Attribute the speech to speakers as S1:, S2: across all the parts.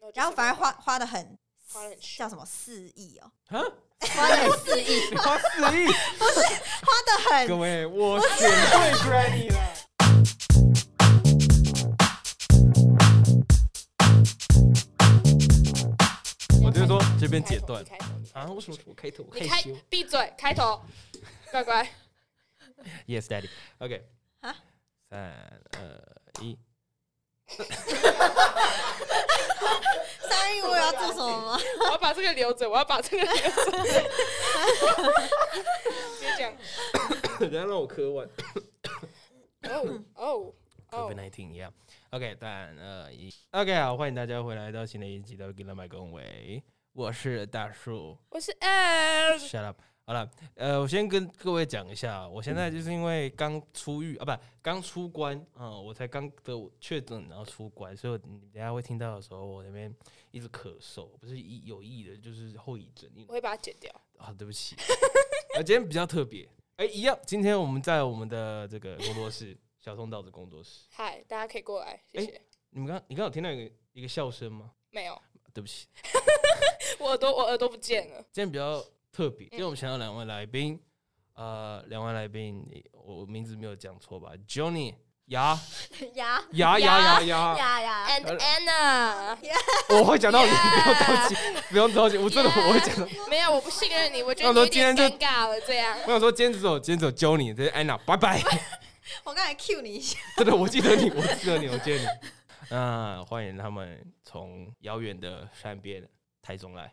S1: 后就
S2: 然后反而花
S1: 是
S2: 花的很
S1: 花得很凶
S2: 叫什么四亿哦，
S3: 啊，
S4: 花了四亿。
S3: 你花四亿，
S2: 花的
S3: 各
S2: 很
S3: 位，我选对 Granny 了。我就说这边
S1: 开
S3: 截
S1: 头
S3: 断
S1: 你开头你开
S3: 啊，
S1: 头
S3: 为什么我开头
S1: 你开闭嘴，开头，乖乖，
S3: ？Yes, Daddy. OK，
S2: 啊
S3: 三二 一，
S2: 三亿，我有要做什么吗？
S1: 我要把这个留着，我要把这个留着。别讲，
S3: 等下让我磕完。
S1: 哦哦
S3: COVID
S1: 哦，
S3: nineteen 一样。OK，三二一，OK，好，欢迎大家回来到新的一集的《给了麦公维》，我是大树。
S1: 我是 L，
S3: Shut up！好了，呃，我先跟各位讲一下，啊我现在就是因为刚出狱啊，不，刚出关啊、我才刚得确诊，然后出关，所以我你等一下会听到的时候，我那边一直咳嗽，不是意有意的，就是后遗症。因
S1: 我
S3: 为
S1: 会把它剪掉。
S3: 啊，对不起，啊，今天比较特别，哎、一样，今天我们在我们的这个工作室，小通道的工作室，
S1: 嗨，大家可以过来，谢谢。
S3: 你们刚你刚有听到一个一个笑声吗？
S1: 没有，
S3: 对不起，
S1: 我耳朵我耳朵不见了。
S3: 今天比较特
S1: 嗯
S3: 别，因为我们请到两位来宾，呃，两位来宾，我我名字没有讲错吧？Johnny 牙
S2: 牙
S3: 牙牙牙牙，
S2: 牙牙，
S1: And Anna，
S3: 我会讲到你，
S1: Yeah
S3: 不用着急，不用着急，我真的
S1: Yeah
S3: 我会讲到。
S1: 没有，我不信任你，我觉
S3: 那
S1: 得
S3: 我说
S1: 你有点
S3: 今
S1: 尴
S3: 天
S1: 尬了。这样，
S3: 我想说，今天只有今天只有 Johnny，这是 Anna，拜拜。
S2: 我刚才 Q 你一下，
S3: 真的，我记得你，我记得你，我记得你。那欢迎他们从遥远的山边台中来，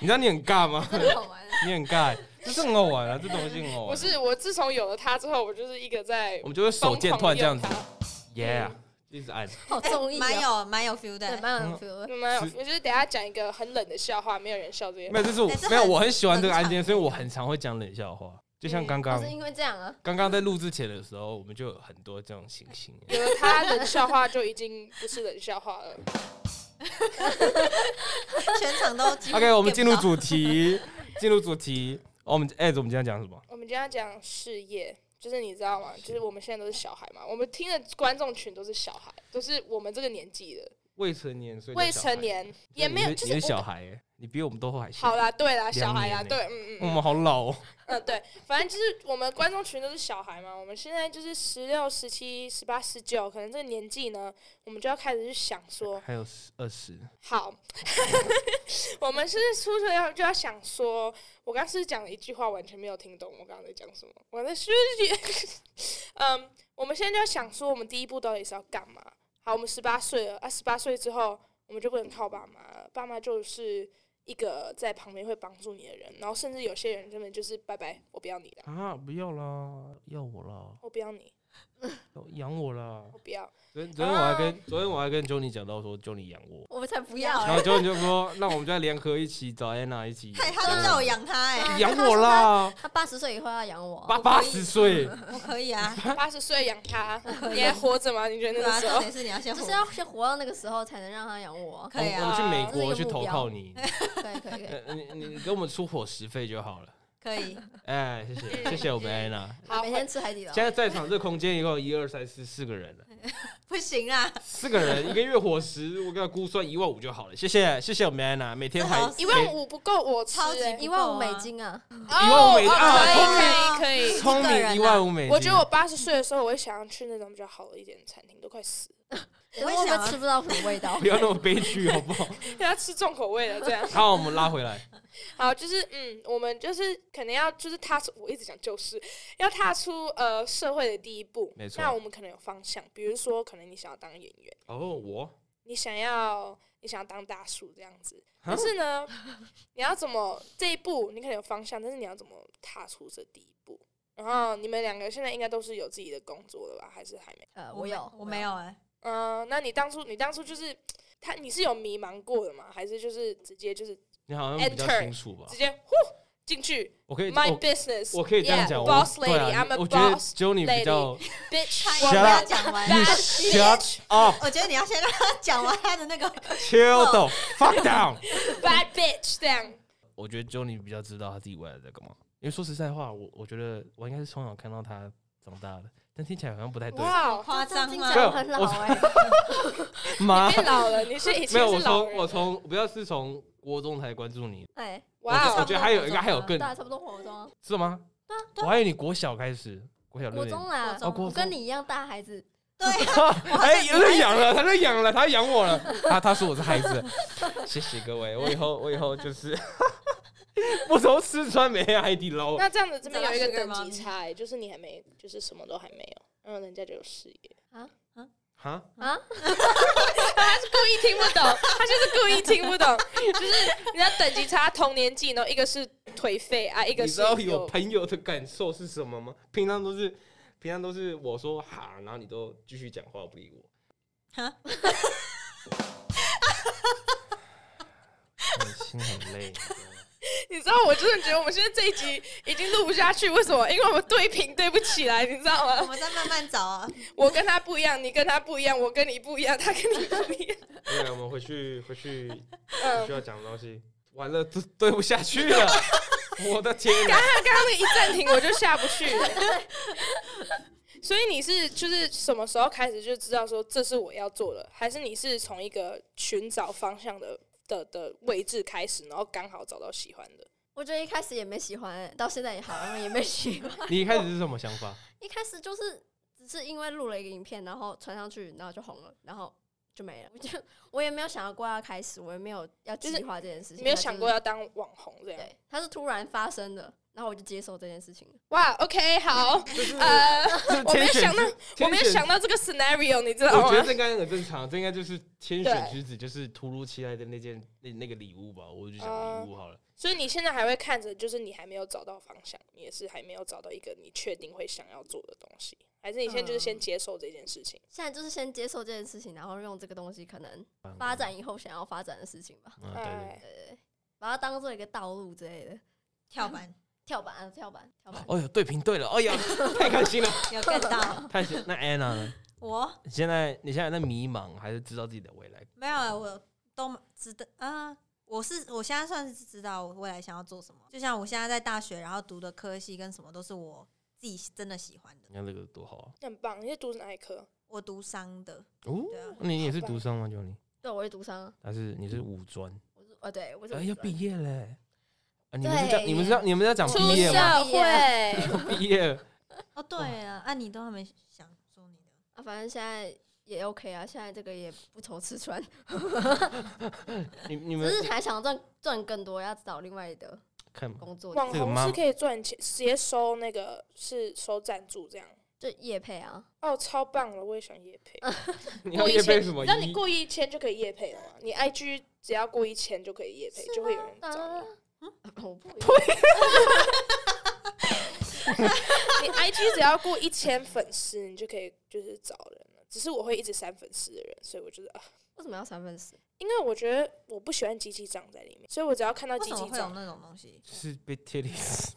S3: 你知道你很尬吗？
S2: 真的好玩。
S3: 你很尬，欸这是很好玩啊，这东西很好
S1: 不
S3: 玩。
S1: 是我自从有了他之后，我就是一个在
S3: 我们就会手贱突然这样子
S1: 疯狂用
S3: ，Yeah，一直按。
S4: 好综艺、哦，
S2: 哎蛮有蛮有 feel
S4: 对，
S2: 的，
S4: 蛮有 feel
S1: 它。
S4: 的。
S1: 没有，我就是等一下讲一个很冷的笑话，没有人笑这
S3: 没
S1: 些。
S3: 有，这是我
S2: 但是
S3: 没有，
S2: 很
S3: 我很喜欢这个
S2: 很
S3: 案件，
S2: 常
S3: 所以我很常会讲冷笑话。就像刚
S4: 不
S3: 刚
S4: 是因为这样啊，
S3: 刚刚在录之前的时候，我们就有很多这种情形。
S1: 有了他，冷笑话就已经不是冷笑话了。
S2: 全场都几乎
S3: OK，我们
S2: get
S3: 进入
S2: 不到
S3: 主题，进入主题。哦，我们哎，我们今天讲什么？
S1: 我们今天要讲事业，就是你知道吗？就是我们现在都是小孩嘛，我们听的观众群都是小孩，都是我们这个年纪的
S3: 未成年，所以
S1: 未成年，也没有，
S3: 你
S1: 就是是
S3: 你是小
S1: 我。
S3: 孩耶，你比我们都还小。
S1: 好啦，对啦，小孩啦，
S3: 两年欸
S1: 对，嗯嗯
S3: 我
S1: 嗯，
S3: 们好老哦。
S1: 嗯，对，反正就是我们观众群都是小孩嘛，我们现在就是十六、十七、十八、十九，可能这个年纪呢，我们就要开始去想说，
S3: 还有十二十，
S1: 好， 我们是不是出去要就要想说，我刚刚是不是讲了一句话，完全没有听懂我刚刚在讲什么，我在是不是 觉得嗯，我们现在就要想说，我们第一步到底是要干嘛？好，我们十八岁了，啊，十八岁之后我们就不能靠爸妈了，爸妈就是一个在旁边会帮助你的人，然后甚至有些人根本就是拜拜，我不要你了。
S3: 啊！不要啦，要我啦，
S1: 我不要你，
S3: 要养我啦。
S1: 我不要。
S3: 昨天昨天我还跟昨天我还跟 Johnny 讲到说 Johnny 养我，
S4: 我才不要、
S3: 然
S4: 欸
S3: 后。Johnny 就说让我们就联合一起找 Anna 一起。
S2: 嗨，他都叫我养他
S4: 嗯
S2: 哎，
S3: 养我啦，
S4: 他八十岁以后要养我，
S3: 八八十岁，
S2: 我可以 啊，
S1: 八十岁养他，你还活着吗？你觉得
S2: 对
S1: 那
S2: 啊，
S1: 个时
S2: 重
S1: 候
S2: 点是你要先
S4: 就是
S2: 活，
S4: 要先活到那个时候才能让他养 我。
S2: 可以
S3: 我们
S2: 啊，
S3: 去美
S4: 这是一
S3: 国
S4: 个
S3: 去
S4: 目
S3: 投
S4: 标
S3: 靠你，
S4: 可以可以可以，
S3: 呃你你给我们出伙食费就好了。
S2: 可以，
S3: 哎，谢谢谢谢我们安娜。
S1: 好
S4: 每，天吃海底捞
S3: 现。在在场这空间一共一二三四四个人了，
S2: 不行啊，
S3: 四个人一个月伙食，我给他估算一万五就好了。谢谢谢谢我们安娜，每天还
S2: 这好
S1: 啊一万五不够我吃欸，
S2: 超级
S4: 一万五美金啊！
S1: 哦
S3: 万五美金
S1: 哦
S3: 啊
S1: 可以可以可
S3: 聪
S2: 一个
S3: 明
S2: 人啊
S3: 一万五美
S1: 以。
S3: 金。
S1: 我觉得我八十岁的时候，我会想要去那种比较好一点的餐厅，都快死了，
S4: 我
S2: 也
S4: 会不
S2: 想啊
S4: 会吃不到什么味 道
S3: 不？要那么悲剧好不好？
S1: 要吃重口味了这样。
S3: 好，我们拉回来。
S1: 好，就是嗯，我们就是可能要就是踏出，我一直讲就是要踏出呃社会的第一步。
S3: 没错
S1: 那我们可能有方向，比如说可能你想要当演员，
S3: 哦，我
S1: 你想要你想要当大树这样子，
S3: 啊
S1: 但是呢，你要怎么这一步你可能有方向，但是你要怎么踏出这第一步？然后你们两个现在应该都是有自己的工作了吧？还是还没？
S4: 呃，我有，
S2: 我没有哎，
S1: 嗯、那你当初你当初就是他，你是有迷茫过的吗？还是就是直接就是
S3: 你好像比较清楚吧
S1: 直？接呼进去
S3: 我可以
S1: ？My
S3: 我
S1: business，
S3: 我可以这样
S1: yeah,
S3: 讲，我
S1: boss
S3: 对
S1: lady，
S3: 啊
S1: I'm，a
S3: 我觉得
S1: boss
S3: Johnny 比较
S1: bitch，
S2: 他
S3: Shut
S2: 我不
S3: up
S2: 要讲完，
S3: You
S1: 大
S3: shut up，
S2: 我觉得你要先让他讲完他的那个
S3: chill the fuck down。
S1: bad bitch 这样。
S3: 我觉得 Johnny 比较知道他自己未来在干嘛。因为说实在话，我我觉得我应该是从小看到他长大的。但听起来好像不太对。
S1: 哇哦，
S2: 夸张啊吗
S4: 这？样很老哎、
S3: 妈，
S1: 变老了，你是以
S3: 没
S1: 前
S3: 有，我
S1: 是老
S3: 从
S1: 人，
S3: 我从不要是从国中才关注你，
S4: 哎，
S3: 我觉
S1: 哇
S3: 得我
S1: 哦，
S3: 觉得还有
S2: 差不多
S3: 应该还有
S2: 国
S3: 更
S4: 对啊，差不多国中啊，
S3: 是吗？我还以为你国小开始，国小六
S4: 国
S3: 年
S4: 中。啦，
S3: 哦国
S4: 我
S3: 中
S4: 跟你一样大孩子，
S2: 对，
S3: 哎，有人养了，他在养了，他养我了，他他说我是孩子，谢谢各位，我以后我以后就是 不愁吃穿，每天海底捞。
S1: 那这样子这边有一个
S2: 这个
S1: 等级
S2: 吗
S1: 差、欸，就是你还没，就是什么都还没有，然后人家就有事业。
S3: 哈，
S4: 啊，
S1: 故意听不懂，他就是故意听不懂，就是人家等级差同年纪，然后一个是颓废啊，一个
S3: 你
S1: 是
S3: 知道有朋友的感受是什么吗？平常都是平常都是我说哈，然后你都继续讲话不理我。
S2: 哈，
S3: 心很累。
S1: 你知道，我真的觉得我们现在这一集已经录不下去，为什么？因为我们对屏对不起来，你知道
S2: 我
S1: 吗？
S2: 们再慢慢找啊。
S1: 我跟他不一样，你跟他不一样，我跟你不一样，他跟你不一样。
S3: 对啊我们回去回去
S1: 嗯，
S3: 需要讲的东西，完了对对不下去 了，我的天哪！
S1: 他刚刚那一暂停，我就下不去了。所以你是就是什么时候开始就知道说这是我要做的，还是你是从一个寻找方向的的的位置开始，然后刚好找到喜欢的？
S4: 我觉得一开始也没喜欢、到现在也好像也没喜欢。
S3: 你一开始是什么想法？
S4: 一开始就是只是因为录了一个影片，然后传上去，然后就红了，然后就没了。我就我也没有想过要开始，我也没有要
S1: 就是
S4: 计划这件事情，
S1: 你没有
S4: 它
S1: 想
S4: 就是
S1: 过要当网红这样？
S4: 对，它是突然发生的，然后我就接受这件事情了。
S1: 哇，OK，好，
S3: 就是
S1: 呃，
S3: 就是
S1: 我没
S3: 天
S1: 有
S3: 选
S1: 想到
S3: 之，
S1: 我没有
S3: 天选
S1: 想到这个 scenario，你知 道
S3: 我觉得
S1: 吗？
S3: 这应该很正常，这应该就是天选
S1: 对
S3: 之子，就是突如其来的那件那那个礼物吧，我就
S1: 呃
S3: 讲礼物好了。
S1: 所以你现在还会看着，就是你还没有找到方向，你也是还没有找到一个你确定会想要做的东西，还是你现在就是
S3: 嗯
S1: 先接受这件事情？
S4: 现在就是先接受这件事情，然后用这个东西可能发展以后想要发展的事情吧，
S3: 嗯，对对。
S1: 哎、
S4: 对，把它当做一个道路之类的。
S2: 跳板
S4: 跳板，啊跳板，跳板。
S3: 哦呦，对平对了，哎呀，太 开心了，
S2: 有 get 到
S3: 太幸。那 Anna 呢？
S2: 我
S3: 你现在你现在在迷茫，还是知道自己的未来？
S2: 没有啊，我都知道啊、我是我现在算是知道我未来想要做什么，就像我现在在大学，然后读的科系跟什么都是我自己真的喜欢的。
S3: 你看这个多好啊！
S1: 那很棒，你是读哪一科？
S2: 我读商的，
S3: 哦，
S2: 对啊，
S3: 你也是读商吗？就你，
S4: 对，我是读商啊，
S3: 但是你是五专，
S4: 我是呃，对，我是
S3: 哎，
S4: 五
S3: 要
S4: 专
S3: 毕业嘞！啊，你们是
S4: 对
S3: 讲你们是讲你们是要讲
S1: 出
S3: 毕业吗？
S1: 社会，
S3: 毕业
S2: 哦对啊，啊你都还没想说你的，
S4: 啊，反正现在也 OK 啊，现在这个也不愁吃穿，
S3: 你你们
S4: 只是还想赚赚更多，要找另外的
S3: 看嘛
S4: 工作，
S1: 网
S3: 这个
S1: 红
S3: 妈
S1: 是可以赚钱，直接收那个是收赞助这样。
S4: 就业配啊。
S1: 哦，超棒了！我也想夜配，
S3: 你
S1: 过
S3: 要
S1: 一
S3: 业
S1: 千，
S3: 配什么？
S1: 你知道你过一千就可以夜配了吗？你 IG 只要过一千就可以夜配，就会有人找
S4: 啊
S1: 你。，
S4: 我 不
S1: 你 IG 只要过一千粉丝，你就可以就是找人了。只是我会一直删粉丝的人，所以我觉得啊，
S4: 为什么要三分十？
S1: 因为我觉得我不喜欢鸡鸡长在里面，所以我只要看到
S2: 为
S1: 鸡
S2: 什么
S1: 鸡
S2: 会有
S1: 长，
S2: 那种东西？
S3: 就是被贴历史，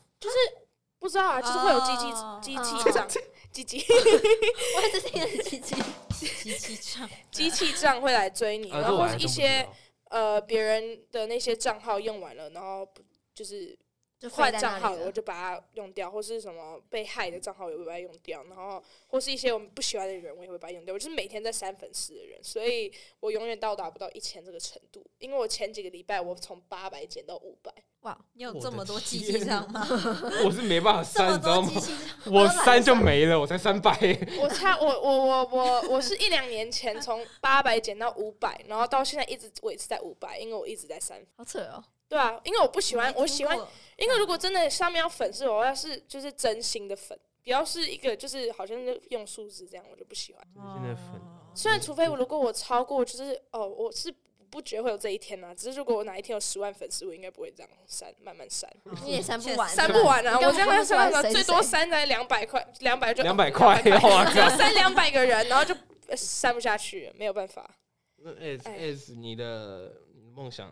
S1: 不知道啊，就是会有鸡鸡
S2: 哦
S1: 鸡气胀，鸡鸡
S4: 我也是听人 奇迹，
S2: 机器 唱，
S1: 鸡气胀会来追 你，
S3: 啊
S1: 然
S3: 这
S1: 后
S3: 我
S1: 或
S3: 还
S1: 是一
S3: 真不知
S1: 些
S3: 道
S1: 呃别人的那些账号用完了，然后不就是
S4: 就
S1: 换
S4: 废在
S1: 账
S4: 那
S1: 号
S4: 里
S1: 了，
S4: 了
S1: 我就把它用掉，或是什么被害的账号也会把它用掉，然后或是一些我们不喜欢的人，我也会把它用掉。我就是每天在删粉丝的人，所以我永远到达不到一千这个程度，因为我前几个礼拜我从八百减到五百，
S4: 哇，
S2: 你有
S3: 我
S2: 这
S3: 的
S2: 么多机器
S3: 天
S2: 唱吗？
S3: 我是没办法
S2: 这
S3: 删，
S2: 么
S3: 你知道
S2: 多
S3: 吗
S2: 机？器唱，
S3: 我删就没了，我才三百。
S1: 我差我我我我我是一两年前从八百减到五百，然后到现在一直维持在五百，因为我一直在删。
S4: 好扯哦！
S1: 对啊，因为我不喜欢，
S2: 没
S1: 我
S2: 听
S1: 喜欢
S2: 过嗯
S1: 因为如果真的上面要粉是，我要是就是真心的粉，不要是一个就是好像就用数字这样，我就不喜欢。
S3: 现在粉
S2: 哦，
S1: 虽然除非我如果我超过，就是哦，我是不觉得会有这一天啦、只是如果我哪一天有十万粉丝，我应该不会这样删，慢慢删，
S4: 你也删不完，
S2: 确实
S1: 删不完啊！
S4: 你
S1: 我
S4: 根
S1: 这
S4: 本
S1: 样要
S4: 看不出来
S1: 删到
S4: 谁
S1: 最
S4: 是
S1: 多
S4: 谁
S1: 删在两百块，两百就
S3: 两百块，哇
S1: 只有
S3: 靠！
S1: 删两百个人，然后就呃删不下去，没有办法。
S3: 那 S
S1: 哎
S3: S，你的梦想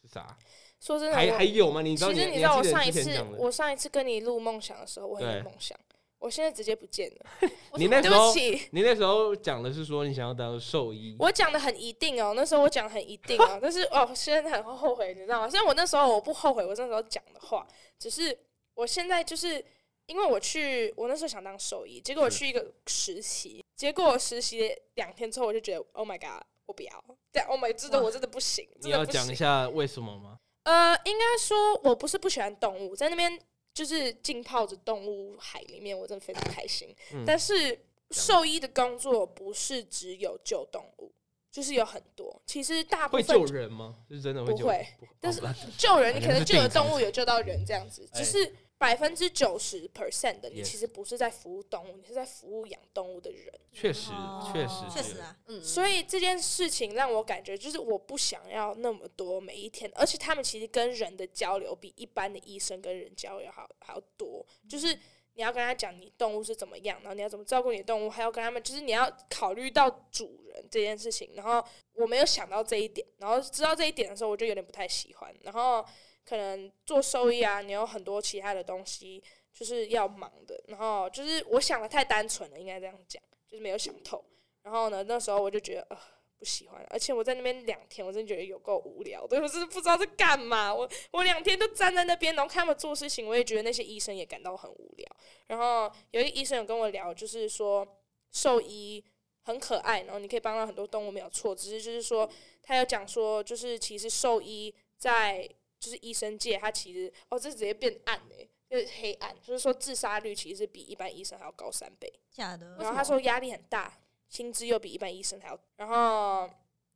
S3: 是啥？
S1: 说真的，
S3: 还
S1: 我
S3: 还有吗？你知道
S1: 其
S3: 你
S1: 实你知
S3: 还
S1: 道我
S3: 记得
S1: 上一
S3: 你之前
S1: 次
S3: 讲的
S1: 我上一次跟你录梦想的时候，我很
S3: 对
S1: 有梦想，我现在直接不见了，
S3: 你那
S1: 对
S3: 时
S1: 不
S3: 候
S1: 起。
S3: 你那时候讲的是说你想要当兽医，
S1: 我讲的很一定哦，那时候我讲得很一定 哦，但是哦，现在很后悔，你知道吗？虽然我那时候我不后悔，我那时候讲的话，只是我现在就是因为我去，我那时候想当兽医，结果我
S3: 是
S1: 去一个实习，结果我实习两天之后，我就觉得，Oh my god，我不要，对，Oh my，真的
S2: 哇
S1: 我真的不行，
S3: 你
S1: 真的
S3: 要
S1: 不
S3: 讲一
S1: 行。
S3: 下为什么吗？
S1: 呃，应该说我不是不喜欢动物，在那边就是浸泡着动物海里面，我真的非常开心。
S3: 嗯
S1: 但是兽医的工作不是只有救动物，就是有很多，其实大部
S3: 会
S1: 分
S3: 救人吗？是真的
S1: 不
S3: 救人？
S1: 会
S3: 不会，哦
S1: 但是
S3: 好吧
S1: 救人，你
S3: 感觉
S1: 可能
S3: 是
S1: 救了
S3: 定场
S1: 动物有救到人这样子，
S3: 哎
S1: 只是百分之九十 percent 的你
S3: Yes
S1: 其实不是在服务动物，你是在服务养动物的人。
S3: 确实
S2: 哦
S3: 确实
S2: 确
S3: 是
S2: 实啊，
S4: 嗯，
S1: 所以这件事情让我感觉就是我不想要那么多每一天，而且他们其实跟人的交流比一般的医生跟人交流好好多，就是。
S4: 嗯
S1: 你要跟他讲你动物是怎么样，然后你要怎么照顾你的动物，还要跟他们，就是你要考虑到主人这件事情。然后我没有想到这一点，然后知道这一点的时候，我就有点不太喜欢。然后可能做收益啊，你有很多其他的东西就是要忙的。然后就是我想的太单纯了，应该这样讲，就是没有想透。然后呢，那时候我就觉得，呃，不喜欢了。而且我在那边两天，我真的觉得有够无聊的，我真的不知道在干嘛。我我两天都站在那边，然后看他们做事情，我也觉得那些医生也感到很无聊。然后有一个医生有跟我聊，就是说兽医很可爱，然后你可以帮到很多动物，没有错。只是就是说，他有讲说，就是其实兽医在就是医生界，他其实哦，这直接变暗嘞、就是黑暗，就是说自杀率其实比一般医生还要高三倍。
S2: 假的。
S1: 然后他说压力很大，薪资又比一般医生还要，然后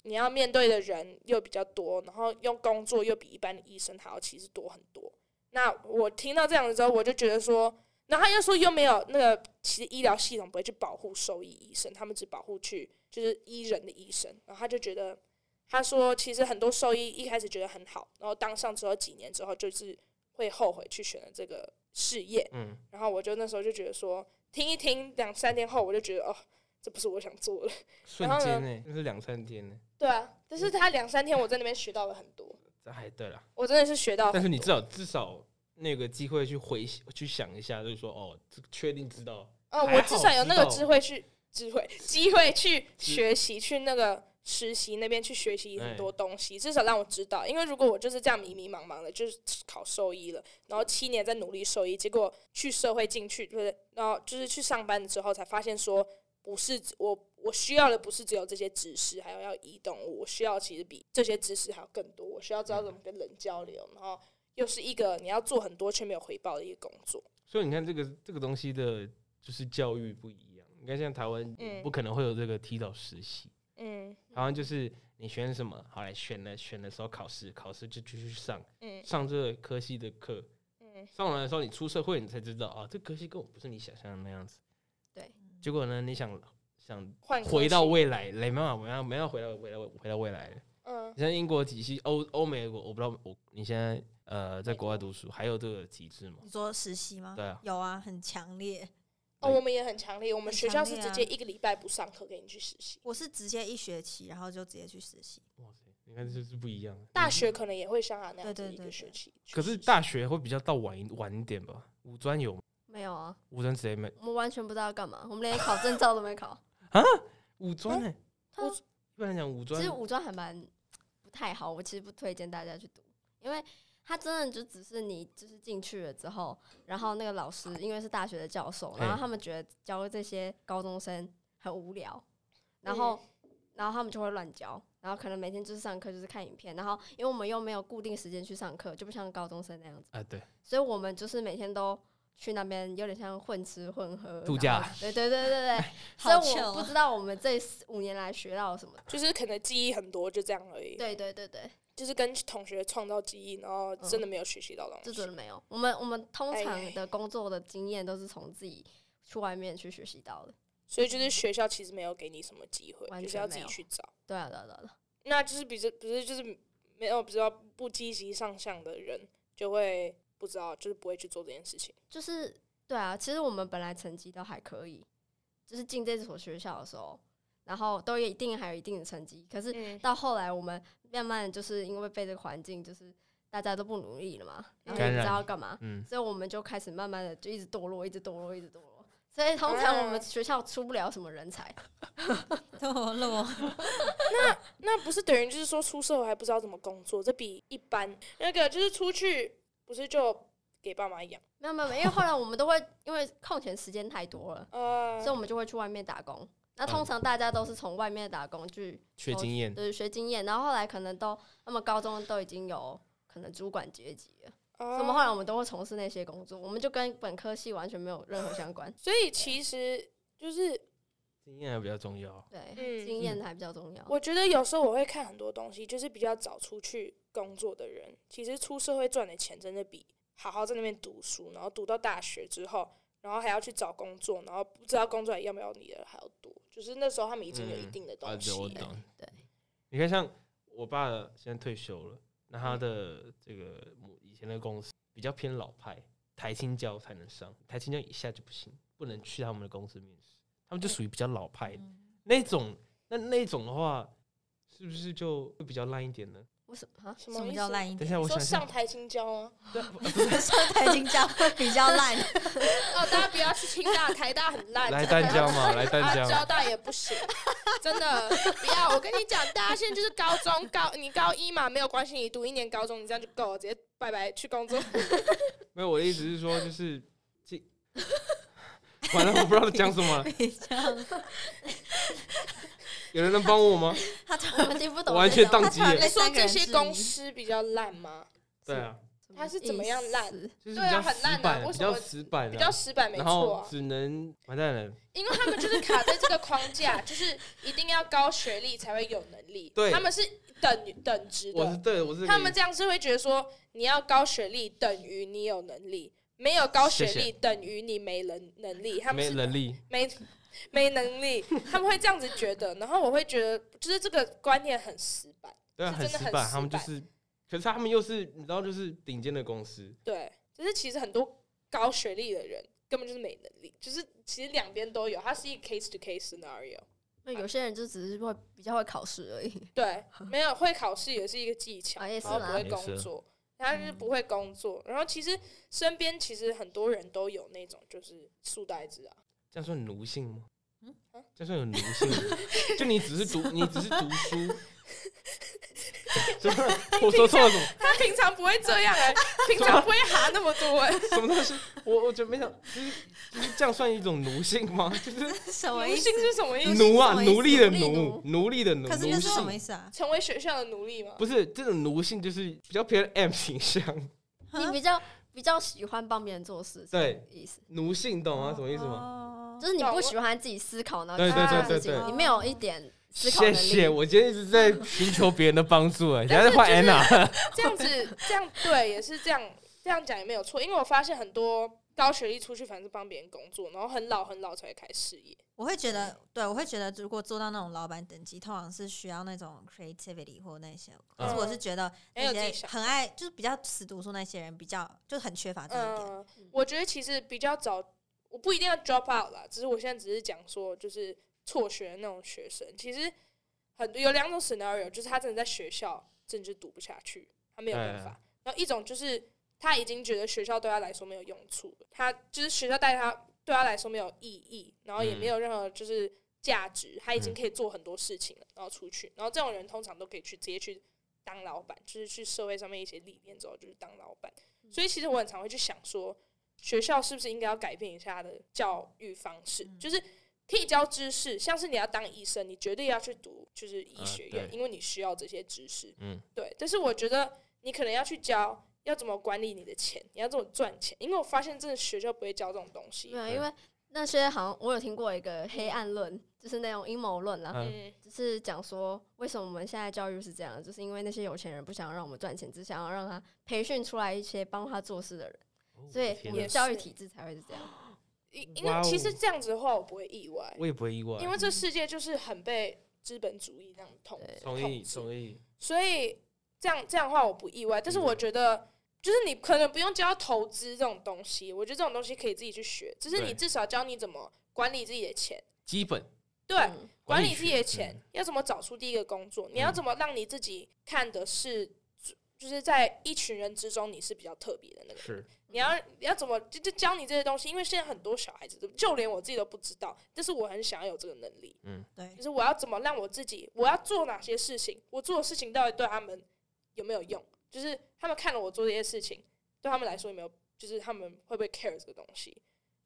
S1: 你要面对的人又比较多，然后用工作又比一般的医生还要其实多很多。那我听到这样的时候，我就觉得说，然后他又说又没有那个，其实医疗系统不会去保护兽医医生，他们只保护去就是医人的医生。然后他就觉得，他说其实很多兽医一开始觉得很好，然后当上之后几年之后，就是会后悔去选了这个事业。
S3: 嗯，
S1: 然后我就那时候就觉得说，听一听，两三天后我就觉得哦，这不是我想做的。
S3: 瞬
S1: 然后
S3: 间
S1: 呢
S3: 呢，那是两三天呢。
S1: 对啊，但是他两三天我在那边学到了很多，
S3: 哎，对了，
S1: 我真的是学到很多。
S3: 但是你至少至少那个机会去回去想一下，就是说哦，这个确定知道
S1: 哦，
S3: 还
S1: 我
S3: 好
S1: 至少有那个
S3: 知道
S1: 智慧去智 慧机会去学习，去那个实习那边去学习
S3: 哎
S1: 很多东西，至少让我知道。因为如果我就是这样迷迷茫茫的，就是考兽医了，然后七年在努力兽医，结果去社会进去，就是然后就是去上班的时候才发现说，不是我我需要的不是只有这些知识，还有要移动物，我需要其实比这些知识还要更多，我需要知道怎么跟人交流，然后又是一个你要做很多却没有回报的一个工作。
S3: 所以你看这个这个东西的，就是教育不一样。你看像台湾
S1: 嗯
S3: 不可能会有这个提早实习，
S1: 嗯
S3: 台湾就是你选什么，好来选了选的时候考试，考试就继续上
S1: 嗯
S3: 上这个科系的课，
S1: 嗯，
S3: 上完的时候你出社会你才知道啊，这科系跟我不是你想象的那样子。
S4: 对，
S3: 结果呢，你想想
S1: 换个
S3: 回到
S1: 系
S3: 未来，没办法，没办法，没办法回到回到回到未来了。
S1: 嗯。
S3: 你像英国体系，欧欧美国，我不知道我你现在呃在国外读书，还有这个体制吗？
S2: 你说实习吗？
S3: 对啊
S2: 有啊，很强烈。
S1: 哦，
S3: 对
S1: 我们也很强烈，我们
S2: 很
S1: 学校
S2: 强
S1: 是
S2: 烈
S1: 直
S2: 啊
S1: 接一个礼拜不上课给你去实习，
S2: 我是直接一学期，然后就直接去实习。
S3: 哇塞，你看这就是不一样。
S1: 大学可能也会像他那样
S2: 对
S1: 子
S2: 对
S1: 一
S2: 对
S1: 个
S2: 对
S1: 学期去实习。
S3: 可是大学会比较到晚一晚一点吧？五专有吗，
S4: 没有啊，
S3: 五专直接没
S4: 我们完全不知道要干嘛，我们连考证照都没考。
S3: 五专呢、
S4: 对啊
S1: 五
S3: 一般来讲五专
S4: 其实武装还蛮不太好，我其实不推荐大家去读，因为它真的就只是你就是进去了之后，然后那个老师因为是大学的教授，然后
S3: 嘿
S4: 他们觉得教这些高中生很无聊，然后、然后他们就会乱教，然后可能每天就是上课就是看影片，然后因为我们又没有固定时间去上课，就不像高中生那样子，
S3: 啊，对，
S4: 所以我们就是每天都。去那边有点像混吃混喝
S3: 度
S4: 然
S3: 假
S4: 后 对对对对对，所
S2: 好
S4: 以
S2: chill
S4: 我
S2: 哦
S4: 不知道我们这四五年来学到了什么。
S1: 就是可能记忆很多，就这样而已。，
S4: 对对对对，
S1: 就是跟同学创造记忆，然后真的没有学习到
S4: 这
S1: 东西。
S4: 真的没有。我们我们通
S1: 哎
S4: 常的工作的经验都是从自己去外面去学习到的。
S1: 所以就是学校其实没有给你什么机会，
S4: 完
S1: 就是
S4: 全
S1: 要
S4: 没
S1: 自己
S4: 有
S1: 去找。
S4: 对啊，对啊，对啊对啊，
S1: 那就是比这不是就是没有比较不积极上向的人，就会不知道，就是不会去做这件事情。
S4: 就是对啊。其实我们本来成绩都还可以，就是进这所学校的时候，然后都一定还有一定的成绩。可是
S1: 嗯，
S4: 到后来，我们慢慢就是因为被这个环境，就是大家都不努力了嘛，然后也
S3: 感
S4: 不知
S3: 染
S4: 道要干嘛，
S3: 嗯，
S4: 所以我们就开始慢慢的就一直堕落，一直堕落，一直堕落。所以通常我
S1: 嗯
S4: 们学校出不了什么人才，
S2: 怎么了？
S1: 那不是等于就是说出社会还不知道怎么工作，这比一般那个就是出去不是就给爸妈养。
S4: 没有没有，没有因为后来我们都会因为空闲时间太多了，
S1: 呃。
S4: 所以，我们就会去外面打工。那
S3: 嗯
S4: 通常大家都是从外面打工去
S3: 缺经验，
S4: 就是学经验，然后后来可能都那么高中都已经有可能主管阶级了，所以我们后来我们都会从事那些工作，我们就跟本科系完全没有任何相关
S1: 所以其实就是
S4: 哦
S3: 经验还比较重要。
S4: 对，
S1: 嗯，
S4: 经验还比较重要。
S1: 我觉得有时候我会看很多东西，就是比较早出去工作的人，其实出社会赚的钱真的比好好在那边读书，然后读到大学之后，然后还要去找工作，然后不知道工作还要不要你的还要多。就是那时候他们已经有一
S3: 嗯
S1: 定的
S3: 啊，
S1: 东西
S3: 对，我
S1: 了
S3: 懂。
S4: 对，
S3: 你看像我爸现在退休了，那他的这个母以前的公司比较偏老派，台青教才能上，台青教以下就不行，不能去他们的公司面试，他们就属于比较老派的
S2: 嗯
S3: 那种。那那种的话，是不是就会比较烂一点呢？
S4: 为什么啊？
S1: 什
S2: 什
S1: 么
S2: 么
S1: 意
S2: 叫
S1: 思？
S2: 烂一
S3: 等一
S2: 点？
S3: 下，
S1: 你
S3: 我
S1: 说
S3: 想
S1: 上
S3: 想，
S1: 台青椒吗？
S3: 对，
S2: 上台青椒比较烂，
S1: 哦，大家不要去清大、台大很烂，
S3: 来淡江嘛，来淡
S1: 啊，交
S3: 江，
S1: 大也不行， 真的不要。我跟你讲，大家现在就是高中高，你高一嘛没有关系，你读一年高中，你这样就够了，直接拜拜去工 作。
S3: 没有，我的意思是说，就是这， 完了，我不知道讲 什么了，啊
S2: 比较
S3: 有人能帮我吗？
S2: 他突
S4: 我
S2: 然
S4: 们听不
S3: 我
S4: 懂。
S3: 完全宕机
S1: 你
S3: 了。
S2: 被
S1: 说
S2: 三个
S1: 这
S2: 人
S1: 些
S2: 质疑
S1: 公司比较烂吗？
S3: 对啊，
S1: 他是怎么样烂
S4: 什么
S3: 就是
S4: 意思？
S1: 对
S3: 比
S1: 啊
S3: 较
S1: 很
S3: 死
S1: 烂啊
S3: 板，
S1: 为
S3: 比
S1: 什
S3: 较
S1: 么
S3: 死板啊，
S1: 比较死板，没
S3: 然
S1: 错
S3: 后
S1: 啊，
S3: 只能完蛋了。
S1: 因为他们就是卡在这个框架，就是一定要高学历才会有能力，
S3: 对
S1: 他们是等于等值
S3: 我是
S1: 的。
S3: 对，我是
S1: 他们这样是会觉得说，你要高学历等于你有能力，没有高学
S3: 谢
S1: 历
S3: 谢
S1: 等于你没能能力。他们
S3: 没
S1: 是
S3: 能力，
S1: 没没能力，他们会这样子觉得，然后我会觉得就是这个观念很死板，
S3: 对啊，
S1: 是
S3: 很
S1: 真的
S3: 死
S1: 很
S3: 板。
S1: 死
S3: 他们就
S1: 板
S3: 是，可是他们又是你知道，就是顶尖的公司，
S1: 对，就是其实很多高学历的人根本就是没能力，就是其实两边都有，它是一个 case to case scenario，
S4: 那有些人就只是会比较会考试而已。
S1: 对，没有会考试也是一个技巧，
S4: 啊也是
S1: 然后不
S4: 啦
S1: 会
S3: 也
S1: 工
S3: 是
S1: 作。他就是不会工作，然后其实身边其实很多人都有那种就是书呆子啊，
S3: 这样算奴性吗
S2: 嗯？
S3: 这样算有奴性 吗？就你只是读，你只是读书。 什么？我说错了什么？
S1: 他平常不会这样哎、平常不会哈那么多哎、
S3: 什么东西？我我就没想，就是就是这样算一种奴性吗？ 就 是
S2: 什么
S1: 奴
S2: 意思
S1: 性？是什么意思？
S3: 奴啊，
S2: 什么意思
S3: 奴隶的
S4: 奴隶
S3: 奴
S4: 奴，
S3: 奴隶的奴，
S2: 可是
S3: 奴
S2: 那是什么
S3: 性
S2: 意。思啊？
S1: 成为学校的奴隶吗？
S3: 不是这种奴性，就是比较偏 M 形象。
S4: 你比较比较喜欢帮别人做事，
S3: 对，
S4: 意思
S3: 奴性懂吗？什么意思
S2: 哦
S3: 吗？
S2: 吗
S4: 就是你不喜欢自己思考，然后
S3: 对
S4: 去做
S1: 对对
S4: 事情
S3: 对对
S4: 你没有一点思考
S3: 谢
S4: 能力。
S3: 谢，我今天一直在寻求别人的帮助，哎，现
S1: 但是
S3: 在换 Anna，
S1: 这样子，这样对，也是这样，这样讲也没有错。因为我发现很多高学历出去，反正是帮别人工作，然后很老很老才会开事业。
S2: 我会觉得，对我会觉得，如果做到那种老板等级，通常是需要那种 creativity 或那
S3: 嗯
S2: 些。可
S3: 啊
S2: 是我是觉得
S1: 很有
S2: 那
S1: 自己
S2: 些
S1: 想
S2: 很爱就是比较死读书那些人，比较就很缺乏这一点。
S1: 嗯，我觉得其实比较早，我不一定要 drop out 啦，只是我现在只是讲说，就是辍学的那种学生，其实很有两种 scenario，就是他真的在学校真的就读不下去，他没有办
S2: 哎
S1: 法。然后一种就是他已经觉得学校对他来说没有用处了，他就是学校带他对他来说没有意义，然后也
S3: 嗯
S1: 没有任何就是价值，他已
S2: 嗯
S1: 经可以做很多事情了，然后出去，然后这种人通常都可以去直接去当老板，就是去社会上面一些历练之后就是当老板。所以其实我很常会去想说，学校是不是应该要改变一下它的教育方式，
S2: 嗯
S1: 就是可以教知识，像是你要当医生，你绝对要去读就是医
S3: 啊
S1: 学院，
S3: 对
S1: 因为你需要这些知识。
S3: 嗯，
S1: 对，但是我觉得你可能要去教要怎么管理你的钱，你要怎么赚钱，因为我发现真的学校不会教这种东西
S4: 没。有，
S3: 对
S4: 啊因为那些好像我有听过一个黑暗论，就是那种阴谋论啦，
S3: 嗯
S1: 嗯，
S4: 就是讲说为什么我们现在教育是这样，就是因为那些有钱人不想让我们赚钱，只想要让他培训出来一些帮他做事的人，所以我
S3: 哦嗯天
S4: 们
S3: 哪
S4: 的教育体制才会是这样。
S1: 因因为其实这样子的话，我不会意外，
S3: 哦我也不会意外，
S1: 因为这世界就是很被资本主义那样统
S4: 对
S3: 同
S1: 统
S3: 意
S1: 治。
S3: 同意，
S1: 所以这样这样的话我不意外，但是
S3: 嗯
S1: 我觉得就是你可能不用教投资这种东西，我觉得这种东西可以自己去学，只是你
S3: 对
S1: 至少教你怎么管理自己的钱，
S3: 基本
S1: 对，
S4: 嗯
S1: 管理自己的
S3: 学
S1: 钱
S3: 嗯，
S1: 要怎么找出第一个工作，你要
S3: 嗯
S1: 怎么让你自己看的是。就是在一群人之中，你是比较特别的那个人。
S3: 是
S1: 你要你要怎么就就教你这些东西？因为现在很多小孩子都，就连我自己都不知道。但是我很想要有这个能力。
S2: 对
S1: 就，是我要怎么让我自己，我要做哪些事情，我做的事情到底对他们有没有用？就是他们看了我做这些事情，对他们来说有没有就是他们会不会 care 这个东西。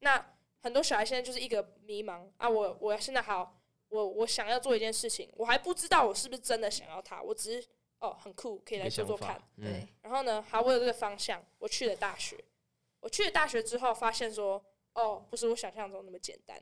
S1: 那很多小孩现在就是一个迷茫啊，我我现在好，我我想要做一件事情，我还不知道我是不是真的想要它，我只是哦很酷，可以
S3: 一
S1: 来
S3: 个
S1: 做
S3: 想
S1: 做看
S3: 法。，嗯，
S4: 对，
S1: 然后呢，好，我有这个方向，我去了大学。我去了大学之后，发现说，哦，不是我想象中那么简单。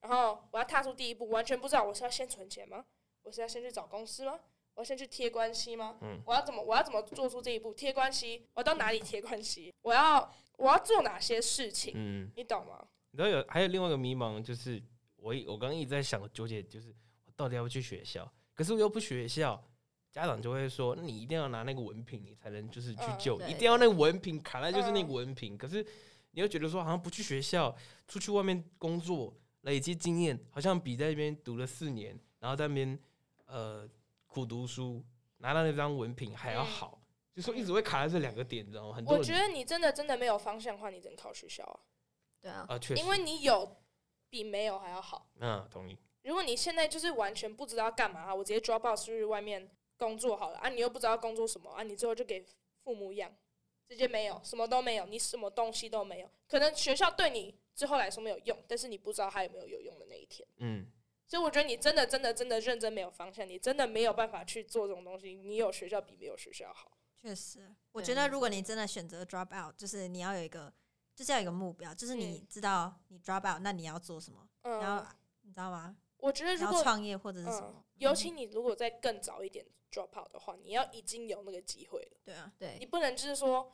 S1: 然后我要踏出第一步，完全不知道我是要先存钱吗？我是要先去找公司吗？我要先去贴关系吗？
S3: 嗯
S1: 我要怎么我要怎么做出这一步？贴关系，我要到哪里贴关系？我要我要做哪些事情？
S3: 嗯。
S1: 你懂吗？
S3: 你知道有还有另外一个迷茫，就是我一我刚刚一直在想纠结，就是我到底要不要去学校，可是我又不学校，家长就会说你一定要拿那个文凭，你才能就是去
S1: 嗯
S3: 救，
S4: 对
S3: 一定要那个文凭，卡在就是那个
S1: 嗯
S3: 文凭。可是你又觉得说好像不去学校，出去外面工作累积经验，好像比在那边读了四年，然后在那边呃苦读书拿到那张文凭还要
S1: 嗯
S3: 好，就说一直会卡在这两个点，你知道吗？很多
S1: 我
S3: 人
S1: 觉得你真的真的没有方向的话，你只能考学校啊，
S4: 对啊，
S3: 啊，确实
S1: 因，为你有比没有还要好。
S3: 嗯，同意，
S1: 如果你现在就是完全不知道要干嘛，我直接 drop out 出去外面工作好了啊，你又不知道工作什么啊，你最后就给父母养，直接没有，什么都没有，你什么东西都没有。可能学校对你之后来说没有用，但是你不知道它有没有有用的那一天。
S3: 嗯。
S1: 所以我觉得你真的真的真的认真没有方向，你真的没有办法去做这种东西。你有学校比没有学校好。
S2: 确实，我
S4: 对
S2: 觉得如果你真的选择 drop out，就是你要有一个，就是要有一个目标，就是你
S1: 嗯
S2: 知道你 drop out，那你要做什么，然后
S1: 嗯，
S2: 你知道吗？
S1: 我觉得
S2: 你
S1: 如
S2: 要
S1: 果
S2: 创业或者是什
S1: 嗯
S2: 么，，
S1: 尤其你如果再更早一点 drop out 的话，你要已经有那个机会了。
S2: 对啊，
S1: 你
S4: 对，
S1: 不能就是说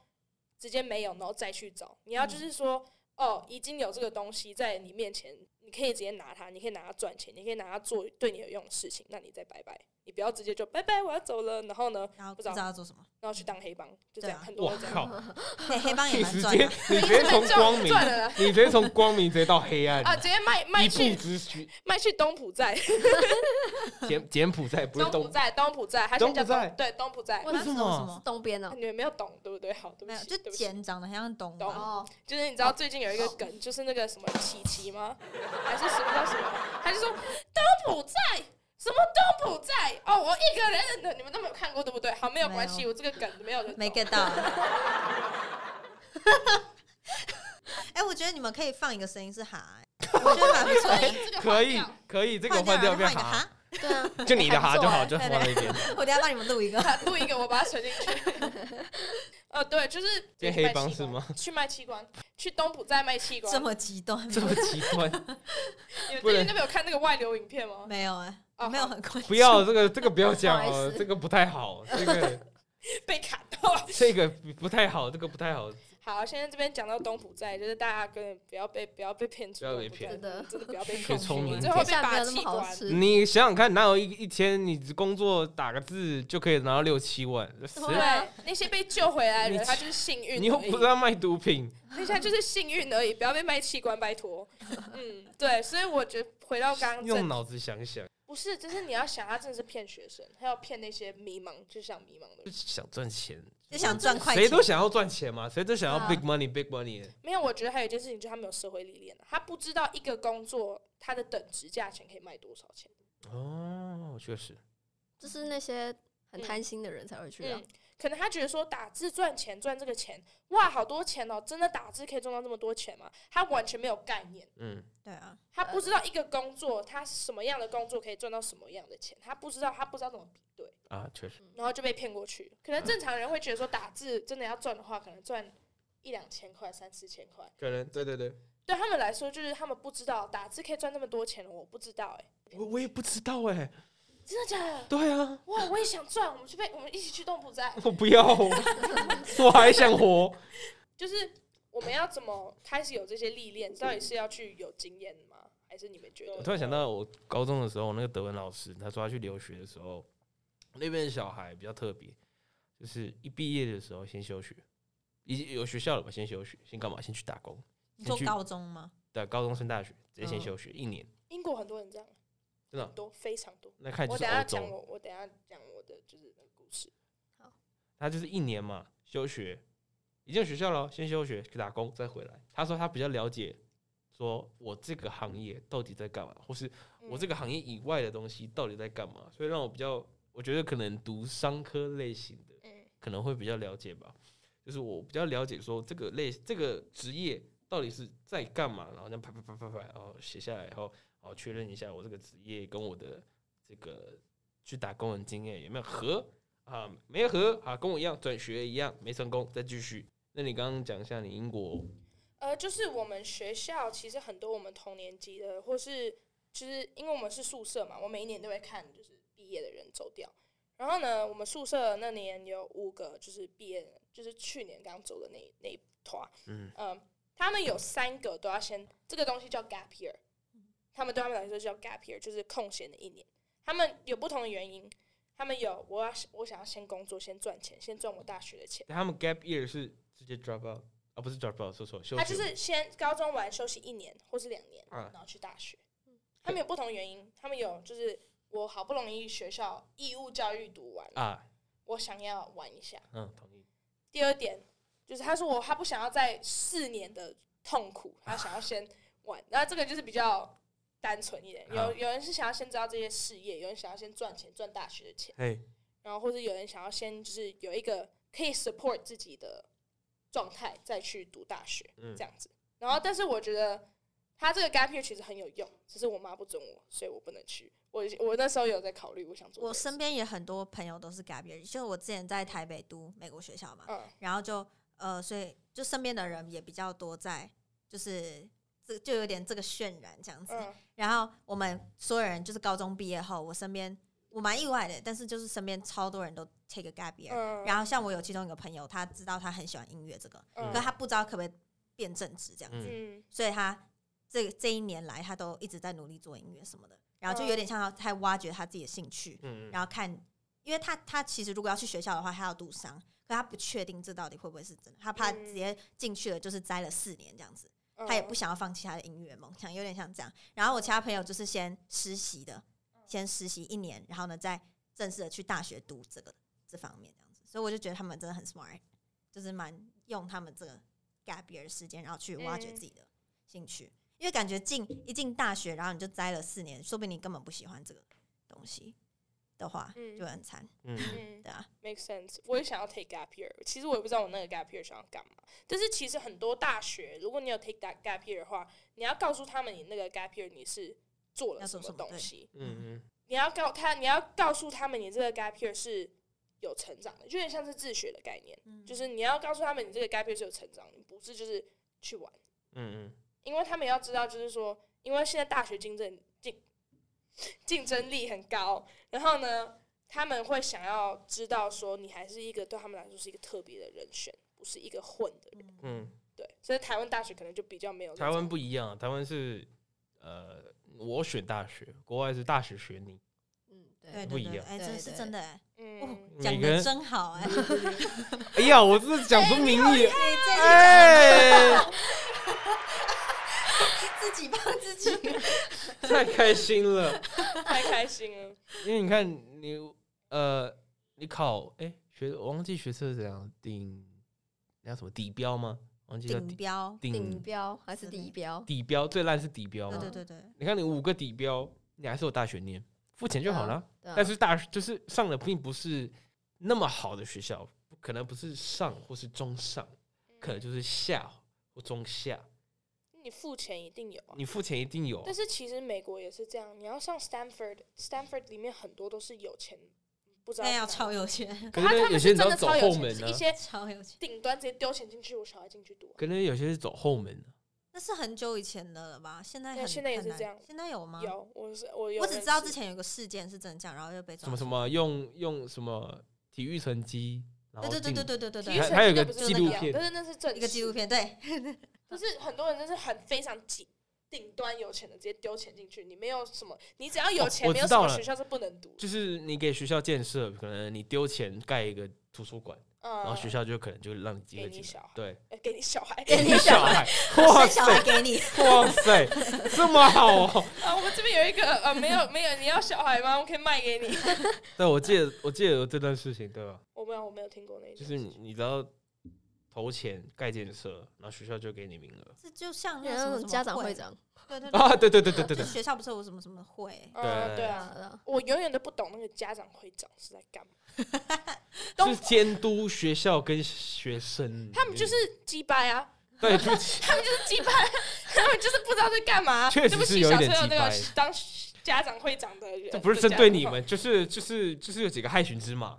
S1: 直接没有，然后再去找。你要
S2: 嗯
S1: 就是说，哦，已经有这个东西在你面前，你可以直接拿它，你可以拿它赚钱，你可以拿它做对你有用的事情，那你再拜拜。你不要直接就拜拜，我要走了，然后呢，
S2: 然后不
S1: 不
S2: 知
S1: 知道
S2: 道要做什 么，
S1: 然后去当黑帮，就这样，
S2: 对啊
S1: 很多
S3: 我
S1: 人这样。
S3: 靠，
S2: 对，黑帮也
S3: 你
S2: 蛮
S3: 直
S2: 赚
S3: 接
S2: 的，啊
S3: 你 直接从光明，
S1: 赚了啦
S3: 你直接从光明直接到黑暗，
S1: 啊，直接卖卖
S3: 一步
S1: 去
S3: 之许。
S1: 卖去东浦寨，
S3: 柬柬埔寨不是
S1: 东
S3: 东
S1: 浦寨，东浦寨，它现在叫
S3: 东浦寨
S1: 东对东浦寨
S4: 为。
S2: 那
S3: 什
S2: 是
S3: 么
S2: 什么？
S4: 东边
S1: 啊
S4: 哦，
S1: 你们没有懂对不对？好，对
S2: 没
S1: 不
S2: 有，
S1: 起，
S2: 就
S1: 对不起，
S2: 简长得很像懂
S1: 懂
S2: 吧？
S4: 哦，
S1: 就是你知道最近有一个梗，就是那个什么琪琪吗？还是什么叫什么？他就说东浦寨什么东浦寨哦，我一个人的，你们都没有看过对不对？好，没有关
S2: 没
S1: 系，
S2: 有
S1: 我这个梗没有人懂
S2: 没 get 到。 哎，我觉得你们可以放一个声音是哈，哎我觉得蛮不错的。
S1: 这个
S3: 可
S1: 换
S3: 以
S1: 掉
S3: 可以，哎这个
S2: 换
S3: 换
S2: 掉然后换
S3: 掉变
S2: 一个
S3: 哈，
S2: 哈，
S4: 对啊，
S3: 就你的哈就好，
S4: 还不错
S3: 就放在一边，
S2: 我等一下帮你们录一个。
S1: 好录一个，我把它存进去。呃，对，就是
S3: 变黑帮是吗？
S1: 去卖器官，去东浦寨卖器官
S2: 这。么极端吗？
S3: 这么极端，
S1: 你们
S3: 不
S1: 最
S3: 能
S1: 近都没有看那个外流影片吗？
S2: 没有哎，
S1: 哦
S2: 我没有
S1: 好
S2: 很关注。
S3: 不要这个这个不要讲
S4: 不好
S3: 哦
S4: 意，思
S3: 这个不太好，这个
S1: 被砍到了。
S3: 这个不太好，这个不太好，
S1: 好，现在这边讲到东浦寨，就是大家跟不要被不要被骗去
S3: 不要
S1: 东浦
S3: 被
S1: 寨，
S3: 骗
S4: 真的
S1: 真的不要被
S3: 学
S1: 骗去。
S3: 聪明
S1: 最后被
S4: 下没
S1: 拔
S4: 有那
S1: 气
S4: 么好
S1: 管，
S4: 吃，
S3: 你想想看，哪有一一天你工作打个字就可以拿到六七万？谁
S4: 对啊
S1: 对，那些被救回来的
S3: 你
S1: 人，他就是幸运而已。
S3: 你又不是要卖毒品，
S1: 那些就是幸运而已，不要被卖器官，拜 托。嗯，对，所以我觉得回到刚刚
S3: 用
S1: 正，
S3: 脑子想想，
S1: 不是，就是你要想，他真的是骗学生，还要骗那些迷茫，就想迷茫的
S3: 就
S1: 人。
S3: 想赚钱，
S2: 就想赚快钱，
S3: 谁都想要赚钱嘛，谁都想要
S4: 对啊
S3: big money big money。
S1: 没有，我觉得还有一件事情，就是他没有社会历练，啊他不知道一个工作它的等值价钱可以卖多少钱。
S3: 哦，确实，
S4: 就是那些很贪心的人才会去啊
S1: 嗯，，可能他觉得说打字赚钱赚这个钱，哇，好多钱哦！真的打字可以赚到这么多钱吗？他完全没有概念。
S3: 嗯，
S2: 对啊，
S1: 他不知道一个工作，他什么样的工作可以赚到什么样的钱，他不知道，他不知道怎么比对，
S3: 啊，确实，
S1: 然后就被骗过去。可能正常人会觉得说，打字真的要赚的话，可能赚一两千块、三四千块，
S3: 可能对对对，
S1: 对他们来说，就是他们不知道打字可以赚那么多钱了，我不知道、欸，
S3: 我我也不知道哎、
S1: 真的假的？
S3: 对啊，
S1: 哇，我也想赚，我们去被我们一起去动不在，
S3: 我不要，我还想活，
S1: 就是我们要怎么开始有这些历练？到底是要去有经验吗？还是你们觉
S3: 我
S1: 得？
S3: 突然想到，我高中的时候，那个德文老师，他说他去留学的时候，那边的小孩比较特别，就是一毕业的时候先休学，已经有学校了嘛，先休学，先干嘛？先去打工，
S2: 你做
S3: 去
S2: 高中吗？
S3: 对，啊高中升大学，直接先
S2: 嗯
S3: 休学、一年，
S1: 英国很多人这样，
S3: 真的啊
S1: 很多非常多。
S3: 那看
S1: 我
S3: 就是
S1: 等一下
S3: 欧
S1: 讲
S3: 洲，
S1: 我，我等一下讲我的就是那个故事。
S3: 他就是一年嘛，休学，已经有学校了，先休学去打工，再回来。他说他比较了解，说我这个行业到底在干嘛，或是我这
S1: 嗯
S3: 个行业以外的东西到底在干嘛，所以让我比较，我觉得可能读商科类型的
S1: 嗯
S3: 可能会比较了解吧。就是我比较了解说这个类这个职业到底是在干嘛，然后这样啪啪啪啪啪，然后写下来，然后然后确认一下我这个职业跟我的这个去打工人经验有没有合啊？没合啊，跟我一样转学一样没成功，再继续。那你刚刚讲一下你英国
S1: 呃，就是我们学校其实很多我们同年级的，或是就是因为我们是宿舍嘛，我每一年都会看就是毕业的人走掉。然后呢，我们宿舍那年有五个就是毕业人，就是去年刚走的那一那一团，
S3: 嗯
S1: 呃他们有三个都要先这个东西叫 gap year，他们对他们来说叫 gap year，就是空闲的一年。他们有不同的原因，他们有我要我想要先工作，先赚钱，先赚我大学的钱。
S3: 他们 gap year 是直接 drop out 啊，不是 drop out，说错，休
S1: 他
S3: 学
S1: 就是先高中完休息一年或是两年，
S3: 啊
S1: 然后去大学。他们有不同原因，他们有就是我好不容易学校义务教育读完，
S3: 啊，
S1: 我想要玩一下。
S3: 嗯，同意。
S1: 第二点就是他说我他不想要在四年的痛苦，他想要先玩。然后这个就是比较单纯一点，
S3: 啊
S1: 有有人是想要先知道这些事业，有人想要先赚钱赚大学的钱，
S3: 嘿，
S1: 然后或者有人想要先就是有一个可以 support 自己的状态再去读大学。
S3: 嗯
S1: 这，样子。然后，但是我觉得他这个 gap year 其实很有用，只是我妈不准我，所以我不能去。我我那时候有在考虑，我想做这
S2: 我
S1: 个事。
S2: 身边也很多朋友都是 gap year，就我之前在台北读美国学校嘛，
S1: 嗯，
S2: 然后就呃，所以就身边的人也比较多在，就是这就有点这个渲染这样子。
S1: 嗯
S2: 然后我们所有人就是高中毕业后，我身边我蛮意外的，但是就是身边超多人都 take a gap year、
S1: 嗯，
S2: 然后像我有其中一个朋友，他知道他很喜欢音乐这个，
S1: 嗯
S2: 可他不知道可不可以变正职这样子，
S3: 嗯
S1: 嗯
S2: 所以他这这一年来他都一直在努力做音乐什么的，然后就有点像他在挖掘他自己的兴趣，
S3: 嗯，
S2: 然后看，因为他他其实如果要去学校的话，他要读商，可他不确定这到底会不会是真的，他怕
S1: 嗯
S2: 直接进去了就是栽了四年这样子，
S1: 嗯
S2: 他也不想要放弃他的音乐梦想，有点像这样。然后我其他朋友就是先实习的，
S1: 嗯
S2: 先实习一年，然后呢再正式的去大学读这个这方面这样子，所以我就觉得他们真的很 smart，就是蛮用他们这个 gap year 的时间，然后去挖掘
S1: 嗯
S2: 自己的兴趣。因为感觉进一进大学，然后你就栽了四年，说不定你根本不喜欢这个东西的话，
S1: 嗯
S2: 就会很惨，
S3: 嗯
S1: 嗯
S2: 对啊。
S1: ，make sense。我也想要 take gap year，其实我也不知道我那个 gap year 想要干嘛。但是其实很多大学，如果你有 take that gap year 的话，你要告诉他们你那个 gap year 你是做了
S2: 要
S1: 什
S2: 做
S1: 么
S2: 什么
S1: 东
S2: 对
S1: 西，
S3: 嗯
S1: 你要告他，你要告诉他们你这个 gap year 是有成长的，有点像是自学的概念。
S2: 嗯
S1: 就是你要告诉他们，你这个 gap year 是有成长，你不是就是去玩，
S3: 嗯
S1: 因为他们也要知道，就是说，因为现在大学竞争竞竞争力很高，然后呢，他们会想要知道说，你还是一个对他们来说是一个特别的人选，不是一个混的人，
S3: 嗯嗯，
S1: 对，所以台湾大学可能就比较没有那
S3: 台湾
S1: 种
S3: 不一样，台湾是呃，我选大学，国外是大学选你。
S4: 嗯，
S2: 对
S4: 对，
S3: 不
S2: 对
S3: 一
S2: 对，
S3: 样
S2: 哎，这
S4: 对
S2: 是
S4: 对
S2: 真的哎，
S1: 嗯，
S3: 每
S2: 讲
S3: 个
S2: 的
S3: 人
S2: 真好 哎，
S3: 哎呀，我这是讲出名义，
S2: 哎，
S3: 哎，
S2: 自己帮自己，
S3: 哎太开心了。
S1: 太开心了，
S3: 因为你看你呃，你考哎学，我忘记学测是怎样顶，那叫什么底标吗？忘记叫
S2: 顶
S3: 底
S2: 标，
S4: 顶
S3: 顶
S4: 标还
S2: 是
S4: 是
S2: 的
S4: 底标？
S3: 底标，最烂是底标
S2: 对
S3: 嘛
S2: 对。对对，
S3: 你看你五个底标，你还是有大学念，付钱就好了。
S1: 嗯
S4: 对啊
S3: 但是大学就是上的并不是那么好的学校，可能不是上或是中上， 可能就是下或中下。
S1: 你付钱一定有啊。
S3: 你付钱一定有
S1: 但，是其实美国也是这样，你要上 Stanford，Stanford 里面很多都是有钱，不知道
S2: 那
S1: 去
S2: 要
S1: 哪里
S2: 超有钱，
S3: 可
S1: 他
S3: 能
S1: 他
S3: 有
S1: 们
S3: 些
S1: 是
S3: 人只
S1: 真
S3: 要
S1: 的
S3: 走
S1: 超有
S3: 后
S1: 钱，
S3: 门啊
S1: 就是
S3: 呢
S1: 一，些
S2: 超有钱，
S1: 顶端直接丢钱进去，我小孩进去读啊。
S3: 可能有些是走后门啊的。
S2: 那是很久以前的了吧？现在
S1: 对
S2: 很
S1: 现在也
S2: 很
S1: 是
S2: 难
S1: 这样
S2: 现在有吗？，
S1: 有，我是我有
S2: 我
S1: 认识，
S2: 只知道之前有个事件是真的这样，然后又被抓
S3: 什么什
S2: 么，
S3: 么用用什么体育成绩，然后
S2: 对对对
S3: 进
S2: 对对对对
S1: 体育
S2: 对，
S3: 还
S1: 成
S3: 还有
S1: 绩
S3: 个
S1: 不是
S2: 纪
S1: 那
S2: 录
S1: 样
S3: 片
S1: 但是那是正
S2: 一个纪录
S1: 片，
S2: 片，对，
S1: 就是很多人就是很非常紧。顶端有钱的直接丢钱进去，你没有什么，你只要有
S3: 哦
S1: 钱，
S3: 我
S1: 没有
S3: 知
S1: 什
S3: 道
S1: 么
S3: 了
S1: 学校是不能读的。
S3: 就是你给学校建设，可能你丢钱盖一个图书馆，
S1: 嗯，
S3: 然后学校就可能就让你机会
S1: 给
S3: 进
S1: 你小
S3: 来
S1: 孩。
S3: 对，
S1: 呃给你小孩，
S2: 给你小
S3: 小
S2: 孩
S3: 孩，哇
S2: 生小孩
S3: 塞，
S2: 给你，
S3: 哇塞，这么好哦！
S1: 啊，我们这边有一个呃，没有没有，你要小孩吗？我可以卖给你。
S3: 对，我记得我记得有这段事情，对吧？
S1: 我没有，我没有听过那一
S3: 就
S1: 件事
S3: 是你你知道，投钱盖建设，然后学校就给你名额。
S2: 这就像那
S4: 有
S2: 个什
S4: 那
S2: 么
S4: 种家长
S2: 会
S4: 会，长，
S2: 对对
S3: 啊，
S2: 对，
S3: 对对对对对
S2: 就
S3: 对
S2: 是，学校不是有什么什么会，
S1: 嗯，对
S4: 对
S1: 啊，
S4: 啊，
S1: 我永远都不懂那个家长会长是在干嘛，
S3: 就是监督学校跟学生。
S1: 他们就是鸡掰啊，
S3: 对， 就是
S1: 他们就是鸡掰，他们就是不知道在干嘛。
S3: 确实
S1: 对不
S3: 是
S1: 起，
S3: 有一
S1: 小
S3: 点
S1: 时候那个
S3: 鸡掰
S1: 当家长会长的人，
S3: 这不是针对你们，就是就是就是有几个害群 之马。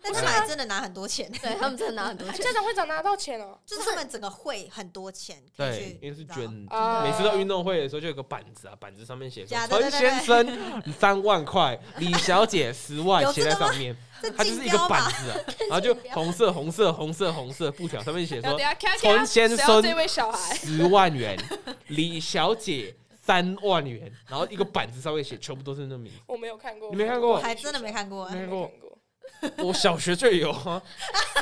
S2: 但他们还真的拿很多钱，
S4: 对他们真的拿很多
S1: 哎。
S4: 钱，
S1: 家长会长拿到钱哦，
S2: 就是他们整个会很多钱可以
S3: 对
S2: 去，，
S3: 因为是
S2: 你知道
S3: 捐，
S1: 啊
S3: 每次到运动会的时候就有个板子啊，板子上面写说
S2: 假的对
S3: 陈
S2: 对
S3: 先 生三万块，李小姐十万，
S2: 有
S3: 写
S2: 这个
S3: 在
S2: 吗
S3: 上面，
S2: 这
S3: 它就是
S2: 竞
S3: 一个
S2: 标
S3: 板
S2: 吧？
S3: 子啊，然后就红色红色红色红色布条上 面写
S1: 然后
S3: 说
S1: 等一下看看
S3: 陈先
S1: 谁要
S3: 生
S1: 这位小孩，
S3: 十万元，李小姐三万元，然后一个板子上面写全部都是那名字。
S1: 我没有看过，
S3: 你没看过
S2: 我还真的没看过
S1: 我
S2: 哎，
S1: 没
S3: 没
S1: 看过。
S3: 我小学就有啊，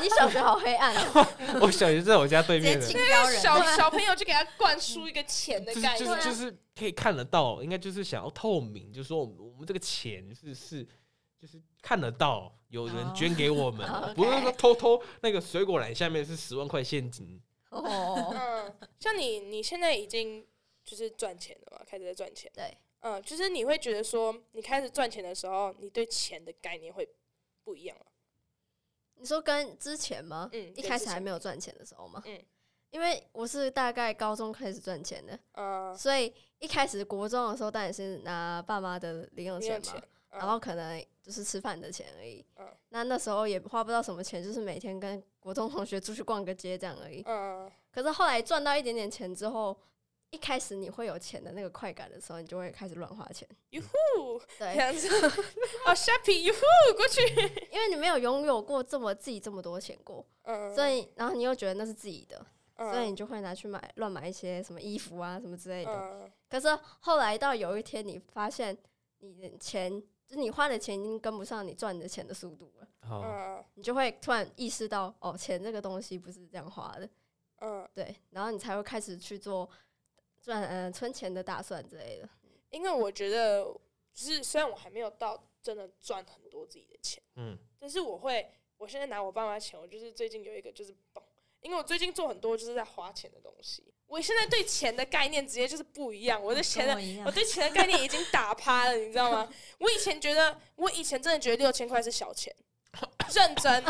S4: 你小学好黑暗啊！
S3: 我小学在我家对
S2: 直接
S3: 面的
S2: 竞，标人，
S1: 小小朋友就给他灌输一个钱的
S3: 就是
S1: 概
S3: 就是
S1: 念，啊
S3: 就是可以看得到，应该就是想要透明，就是说我们我们这个钱是是就是看得到有人捐给我们，
S4: 哦
S3: 不是说偷偷那个水果篮下面是十万块现金，
S4: 哦，
S1: 嗯，像你你现在已经就是赚钱了嘛，开始在赚钱，
S4: 对，
S1: 嗯，就是你会觉得说，你开始赚钱的时候，你对钱的概念会不一样了，
S4: 你说跟之前吗？
S1: 嗯，
S4: 一开始还
S1: 没，
S4: 没有赚钱的时候吗？
S1: 嗯
S4: 因为我是大概高中开始赚钱的，
S1: 嗯，
S4: 所以一开始国中的时候当然是拿爸妈的零用
S1: 没
S4: 钱
S1: 有
S4: 嘛，
S1: 钱，嗯
S4: 然后可能就是吃饭的钱而已。
S1: 嗯
S4: 那那时候也花不到什么钱，就是每天跟国中同学出去逛个街这样而已。
S1: 嗯，
S4: 可是后来赚到一点点钱之后，一开始你会有钱的那个快感的时候，你就会开始乱花钱。
S1: 哟呼，这
S4: 对，
S1: 样 子，哦，shopping，哟呼，过去，
S4: 因为你没有拥有过这么自己这么多钱过，
S1: 嗯，
S4: 所以然后你又觉得那是自己的，
S1: 嗯，
S4: 所以你就会拿去买乱买一些什么衣服啊什么之类的。
S1: 嗯，
S4: 可是后来到有一天，你发现你的钱，就是你花的钱已经跟不上你赚的钱的速度了，
S3: 哦，
S1: 嗯，
S4: 你就会突然意识到，哦，钱这个东西不是这样花的，
S1: 嗯，
S4: 对，然后你才会开始去做赚嗯、呃存钱的打算之类的。
S1: 因为我觉得，就是虽然我还没有到真的赚很多自己的钱。
S3: 嗯，
S1: 但是我会，我现在拿我爸妈钱，我就是最近有一个就是蹦，因为我最近做很多就是在花钱的东西，我现在对钱的概念直接就是不一样，我对钱
S2: 跟
S1: 的
S2: 我一
S1: 我
S2: 样，
S1: 对钱的概念已经打趴了，你知道吗？我以前觉得，我以前真的觉得六千块是小钱，认 真，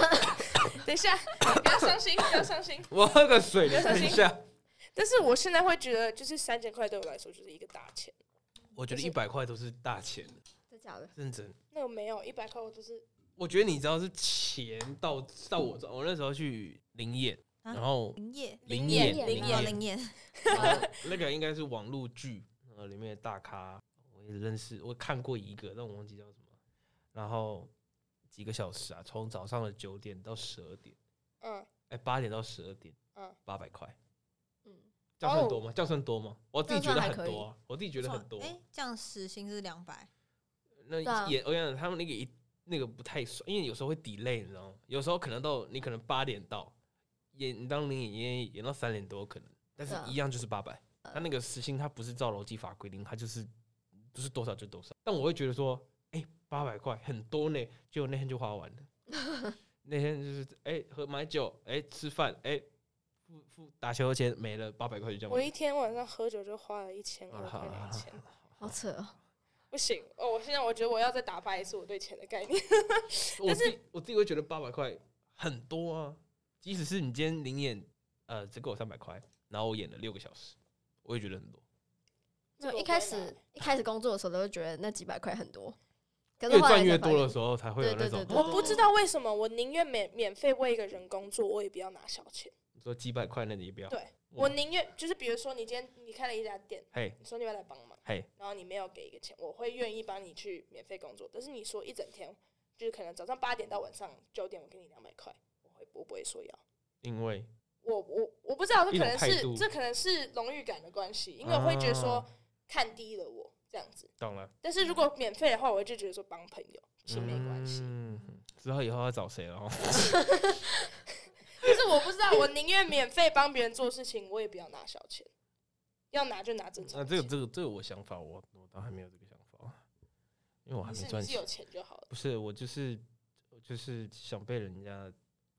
S1: 等一下，不要伤心，不要伤心。
S3: 我喝个水，
S1: 不要小
S3: 等
S1: 心
S3: 一下，
S1: 但是我现在会觉得，就是三千块对我来说就是一个大钱，
S3: 我觉得一百块都是大钱，
S4: 真假的？
S3: 认真。
S1: 那我没有一百块，我就是
S3: 我觉得你知道是钱到到我这，我那时候去灵眼，
S2: 啊
S3: 然后
S2: 林业，
S3: 灵
S1: 眼
S3: 眼
S1: 灵
S3: 灵
S2: 哦
S1: 眼
S2: 林业，
S3: 然后那个应该是网络剧，呃，里面的大咖，我也认识，我看过一个，但我忘记叫什么。然后几个小时啊，从早上的九点到十二点，
S1: 嗯
S3: 哎，八点到十二点，
S1: 嗯
S3: 八百块，
S4: 嗯，
S3: 这样算多吗？这样算多吗？我自己觉得
S4: 这样算还
S3: 很多啊、我自己觉得
S2: 错
S3: 很多。
S2: 哎，这样时薪是两百，
S3: 那
S4: 对啊
S3: 也我想他们那个一那个不太算，因为有时候会 delay，你知道吗？有时候可能到你可能八点到演，你当你演演到三点多可能，但是
S4: 对啊
S3: 一样就是八百。
S4: 呃
S3: 他那个时薪他不是照劳基法规定，他就是就是多少就多少。但我会觉得说，哎、八百块很多呢，结果那天就花完了。 那天就是哎、喝买酒，哎、吃饭，哎、付付打球的钱没了，八百块就这样
S1: 我
S3: 没了。
S1: 一天晚上喝酒就花了一千
S3: 啊
S1: 二
S3: 好
S1: 块
S3: 好
S1: 的
S3: 好
S1: 钱。
S4: 好扯哦。
S1: 不行哦！我现在我觉得我要再打败一次我对钱的概念。
S3: 我自己我自己会觉得八百块很多啊，即使是你今天零演，呃，只给我三百块，然后我演了六个小时，我也觉得很多，
S1: 这个
S4: 就
S1: 我
S4: 一
S1: 不会
S4: 开
S1: 拿
S4: 始一开始工作的时候，都会觉得那几百块很多，可是
S3: 越
S4: 后来
S3: 赚越
S4: 才发
S3: 多的
S4: 现
S3: 时候才会有那种哦
S4: 对对对对
S1: 我不知
S3: 嗯
S1: 道为什么，我宁愿免免费为一个人工作，我也不要拿小钱。
S3: 你说几百块那你也不要，
S1: 对
S3: 哇
S1: 我宁愿就是比如说，你今天你开了一家店，
S3: 嘿
S1: 你说你要来帮忙，
S3: 嘿，
S1: 然后你没有给一个钱，我会愿意帮你去免费工作。但是你说一整天，就是可能早上八点到晚上九点，我给你两百块，我会我不会说要。
S3: 因为
S1: 我我我不知道，这
S3: 一
S1: 可
S3: 种
S1: 能
S3: 态
S1: 是
S3: 度
S1: 这可能是荣誉感的关系，因为我会觉得说
S3: 啊
S1: 看低了我这样子。
S3: 懂了，
S1: 但是如果免费的话，我就觉得说帮朋友是没关系。
S3: 嗯，之后以后要找谁 了哦？
S1: 就是我不知道，我宁愿免费帮别人做事情，我也不要拿小钱，要拿就拿正常
S3: 那
S1: 的
S3: 啊这
S1: 钱。
S3: 个这个这个我想法，我我倒还没有这个想法，因为我还没
S1: 是
S3: 赚
S1: 你是
S3: 钱
S1: 有，钱就好了。
S3: 不是我就是我就是想被人家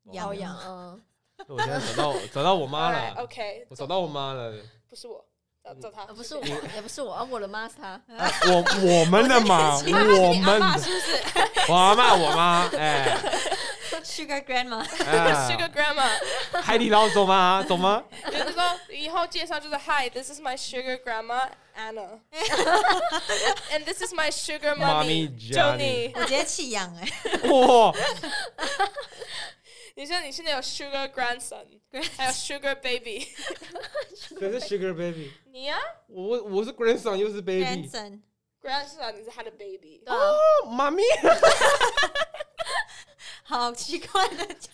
S3: 哦
S2: 养
S4: 包
S2: 养
S4: 养，嗯，
S3: 我现在找到找到我 妈了，
S1: OK，
S3: 我找到我妈了，
S1: 不是我，找
S3: 嗯
S1: 找他，
S4: 呃不是 我，也不是我，而啊我的妈是他。
S3: 我我们的 嘛，我们
S1: 爸是不是
S3: 我阿妈我妈，哎
S2: Sugar Grandma，
S3: 哎
S1: ？Sugar Grandma，
S3: 海底捞走吗？走吗？
S1: 就是说以后介绍就是 Hi，this is my sugar grandma Anna，and this is my sugar mommy
S3: Mommy
S1: Johnny。
S3: Johnny
S2: 我直接弃养哎、
S3: 哇，
S1: 你说你现在有 sugar grandson，还有 sugar baby，
S3: 谁是 Sugar Baby？
S1: 你呀
S3: 我我是 Grandson 又
S2: g
S3: 是 Baby，
S2: r a n d s o n
S1: grandson 你是他的 baby，
S4: 对啊，
S3: 哦妈咪，
S2: 好奇怪的叫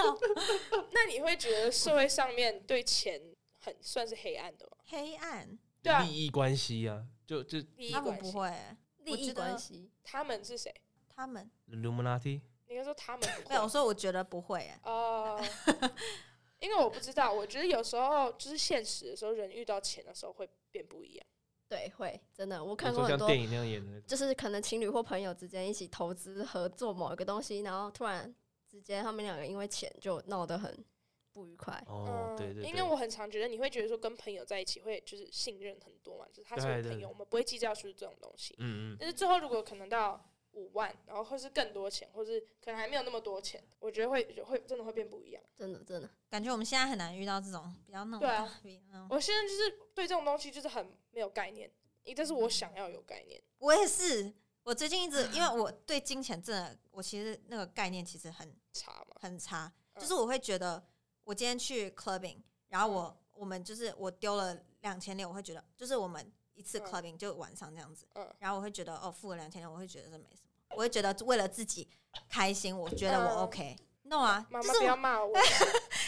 S1: 那你会觉得社会上面对钱很算是黑暗的吗？
S2: 黑暗，
S1: 对啊
S3: 利益关系啊，就就
S1: 利益
S2: 他们
S1: 关
S2: 不
S1: 系，
S2: 会欸、
S4: 利益关系。
S1: 他们是谁？
S2: 他们
S3: Illuminati。
S1: 你应该说他们不
S2: 没有，我
S1: 会
S2: 说我觉得不会哎、
S1: 哦。因为我不知道，我觉得有时候就是现实的时候，人遇到钱的时候会变不一样。
S4: 对，会真的，我
S3: 你
S4: 看过
S3: 说
S4: 很
S3: 像
S4: 多，
S3: 电影那样演的那种，
S4: 就是可能情侣或朋友之间一起投资合作某一个东西，然后突然之间他们两个因为钱就闹得很不愉快。
S3: 哦
S1: 嗯，
S3: 对对
S1: 因为
S3: 对，
S1: 我很常觉得你会觉得说跟朋友在一起会就是信任很多嘛，就是他是
S3: 对
S1: 我
S3: 对
S1: 朋
S3: 对
S1: 友，我们不会计较出这种东西。
S3: 嗯嗯，
S1: 但是最后如果可能到五万，然后或是更多钱，或是可能还没有那么多钱，我觉得会会真的会变不一样。
S4: 真的，真的，
S2: 感觉我们现在很难遇到这种比嗯较那种
S1: 对啊
S2: 大笔那种。
S1: 我现在就是对这种东西就是很没有概念，但是我想要有概念。
S2: 我也是，我最近一直因为我对金钱真的，我其实那个概念其实很
S1: 差嘛，
S2: 很差，
S1: 嗯
S2: 就是我会觉得我今天去 clubbing，然后
S1: 嗯
S2: 我我们就是我丢了两千六，我会觉得就是我们一次
S1: 嗯
S2: clubbing 就晚上这样子，
S1: 嗯
S2: 然后我会觉得哦付了两千六，我会觉得这没什么，我会觉得为了自己开心，我觉得我
S1: 嗯
S2: OK。no 啊，
S1: 妈
S2: 就
S1: 妈
S2: 是
S1: 不要
S2: 我
S1: 骂 我，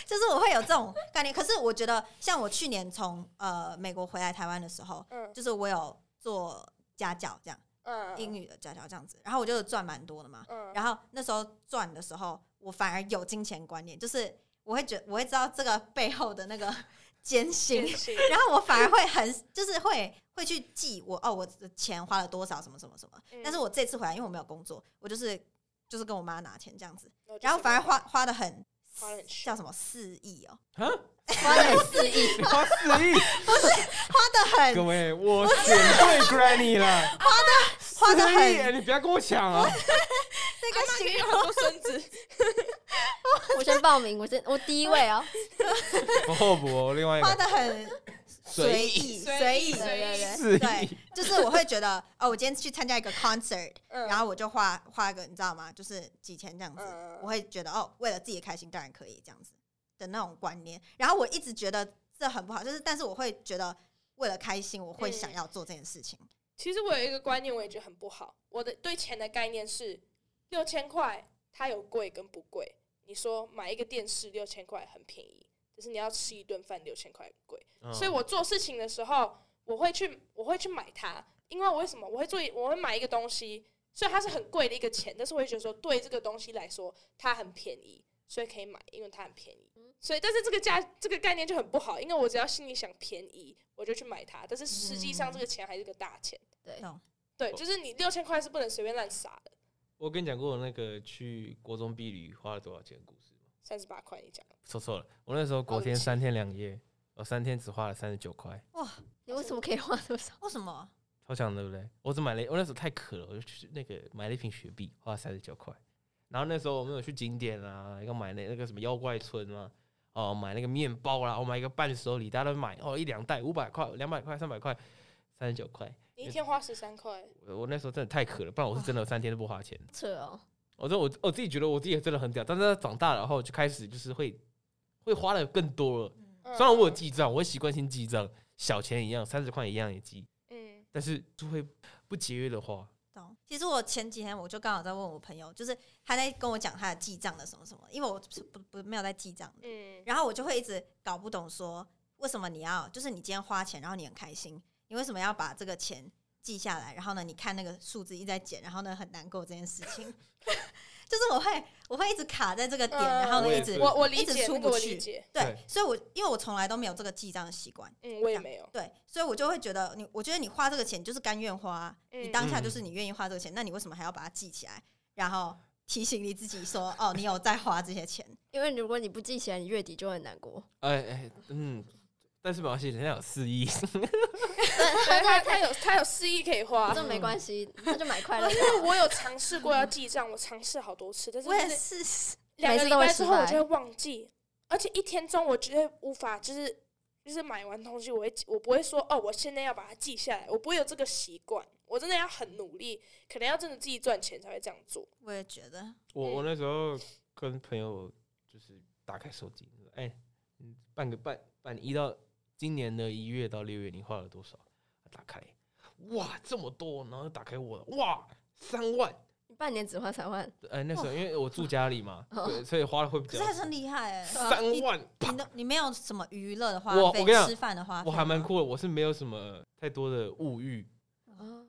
S2: 就是我会有这种概念，可是我觉得像我去年从呃美国回来台湾的时候，
S1: 嗯
S2: 就是我有做家教这样，
S1: 嗯，
S2: 英语的家教这样子，然后我就赚蛮多的嘛，
S1: 嗯，
S2: 然后那时候赚的时候，我反而有金钱观念，就是我会觉我会知道这个背后的那个艰辛，
S1: 行，
S2: 然后我反而会很就是会会去记我哦我的钱花了多少什么什么什么。
S1: 嗯
S2: 但是我这次回来，因为我没有工作，我就是就是跟我妈拿钱这样子，
S1: 我
S2: 然后反而花花的很
S1: 花得很凶
S2: 叫什么四亿哦，
S3: 啊，
S2: 花的四亿，
S3: 你花四亿，
S2: 花的
S3: 各
S2: 很
S3: 位，我选对 Granny 了，
S2: 花的
S3: 四亿哎
S2: 很，
S3: 你不要跟我抢啊，
S2: 那个形容
S1: 很多孙子，
S4: 我先报名，我先我第一位哦，
S3: 不后补哦，另外一
S2: 花
S3: 个
S2: 的很随意随
S1: 随
S2: 意
S1: 意
S2: 对对
S3: 四
S2: 对
S3: 亿，，
S2: 就是我会觉得哦，我今天去参加一个 concert。
S1: 嗯，
S2: 然后我就画画一个，你知道吗？就是几千这样子，
S1: 嗯
S2: 我会觉得哦，为了自己开心当然可以这样子的那种观念。然后我一直觉得这很不好，就是但是我会觉得为了开心，我会想要做这件事情。
S1: 其实我有一个观念，我也觉得很不好。我的对钱的概念是，六千块它有贵跟不贵。你说买一个电视六千块很便宜，可是你要吃一顿饭六千块很贵。
S3: 嗯
S1: 所以我做事情的时候，我会去我会去买它，因为我为什么我会做一我会买一个东西，虽然它是很贵的一个钱，但是我会觉得说对这个东西来说它很便宜，所以可以买，因为它很便宜。
S3: 嗯
S1: 所以，但是这个价这个概念就很不好，因为我只要心里想便宜，我就去买它，但是实际上这个钱还是个大钱。
S4: 对，
S2: 懂
S1: 对，
S3: 哦
S1: 就是你六千块是不能随便乱撒的，
S3: 我跟你讲过那个去国中避旅花了多少钱的故事吗？
S1: 三十八块你讲了，
S3: 说错了，我那时候国
S1: 哦对
S3: 天
S1: 不起
S3: 三天两夜，我三天只花了三十九块，
S2: 哇，
S4: 你为什么可以花多少？
S2: 为什么？
S3: 超强对不对？我只买了，我那时候太渴了，我就去那个买了一瓶雪碧，花了三十九块。然后那时候我们有去景点啊，要买那那个什么妖怪村嘛，哦，买那个面包啦，我哦买一个伴手礼，大家都买哦，一两袋五百块、两百块、三百块，三十九块。
S1: 你一天花十三块，
S3: 我我那时候真的太渴了，不然我是真的三天都不花钱。
S4: 扯哦，
S3: 我说我我自己觉得我自己真的很屌，但是长大了后就开始就是会会花的更多了。
S1: 嗯
S3: 虽然我有，记账，我会习惯性记账，小钱一样，三十块一样也记，
S1: 嗯
S3: 但是就会不节约的花。
S2: 懂。其实我前几天我就刚好在问我朋友，就是他在跟我讲他的记账的什么什么，因为我不不没有在记账的，
S1: 嗯，
S2: 然后我就会一直搞不懂说，为什么你要就是你今天花钱，然后你很开心，你为什么要把这个钱记下来？然后呢，你看那个数字一直在减，然后呢很难过这件事情， 就是我会我会一直卡在这个点，
S1: 嗯
S2: 然后
S3: 呃我
S2: 呢
S3: 也
S2: 一直
S3: 是
S1: 我我
S2: 一
S1: 理
S2: 直
S1: 解，
S2: 出
S1: 那
S2: 不
S1: 个我
S2: 去
S1: 理解，
S2: 对
S3: 对，
S2: 所以我因为我从来都没有这个记账的习惯，
S1: 嗯，我也没有，
S2: 对，所以我就会觉得你，我觉得你花这个钱就是甘愿花啊，
S1: 嗯
S2: 你当下就是你愿意花这个钱，那你为什么还要把它记起来？然后提醒你自己说，哦，你有在花这些钱。
S4: 因为如果你不记起来，你月底就会很难过。
S3: 哎哎嗯，但是没关系，人家有四亿，
S1: 对 他他有他有四亿可以花，
S4: 这没关系，那就买快 乐
S1: 因。为我有尝试过要记账，我尝试好多次，但是
S2: 我也
S1: 就是
S2: 是，
S1: 两个
S4: 每
S1: 礼
S4: 次都会
S1: 拜之
S4: 失
S1: 后我
S4: 败
S1: 就会忘记，而且一天中我绝对无法就是就是买完东西我会记我不会说哦我现在要把它记下来，我不会有这个习惯，我真的要很努力，可能要真的自己赚钱才会这样做。
S2: 我也觉得，
S3: 我我那时候跟朋友就是打开手机，哎、嗯半个半半一到今年的一月到六月，你花了多少？打开，哇，这么多！然后打开我，哇，三万！
S4: 你半年只花三万，
S3: 哎、那时候因为我住家里嘛，对，所以花的会比
S2: 可
S3: 较
S2: 是还是很厉害哎、
S3: 三万。啪
S2: 你都你没有什么娱乐的花
S3: 我
S2: 费
S3: 我跟你，讲
S2: 吃饭的花费
S3: 我
S2: 吗，
S3: 还蛮酷的，我是没有什么太多的物欲，
S4: 哦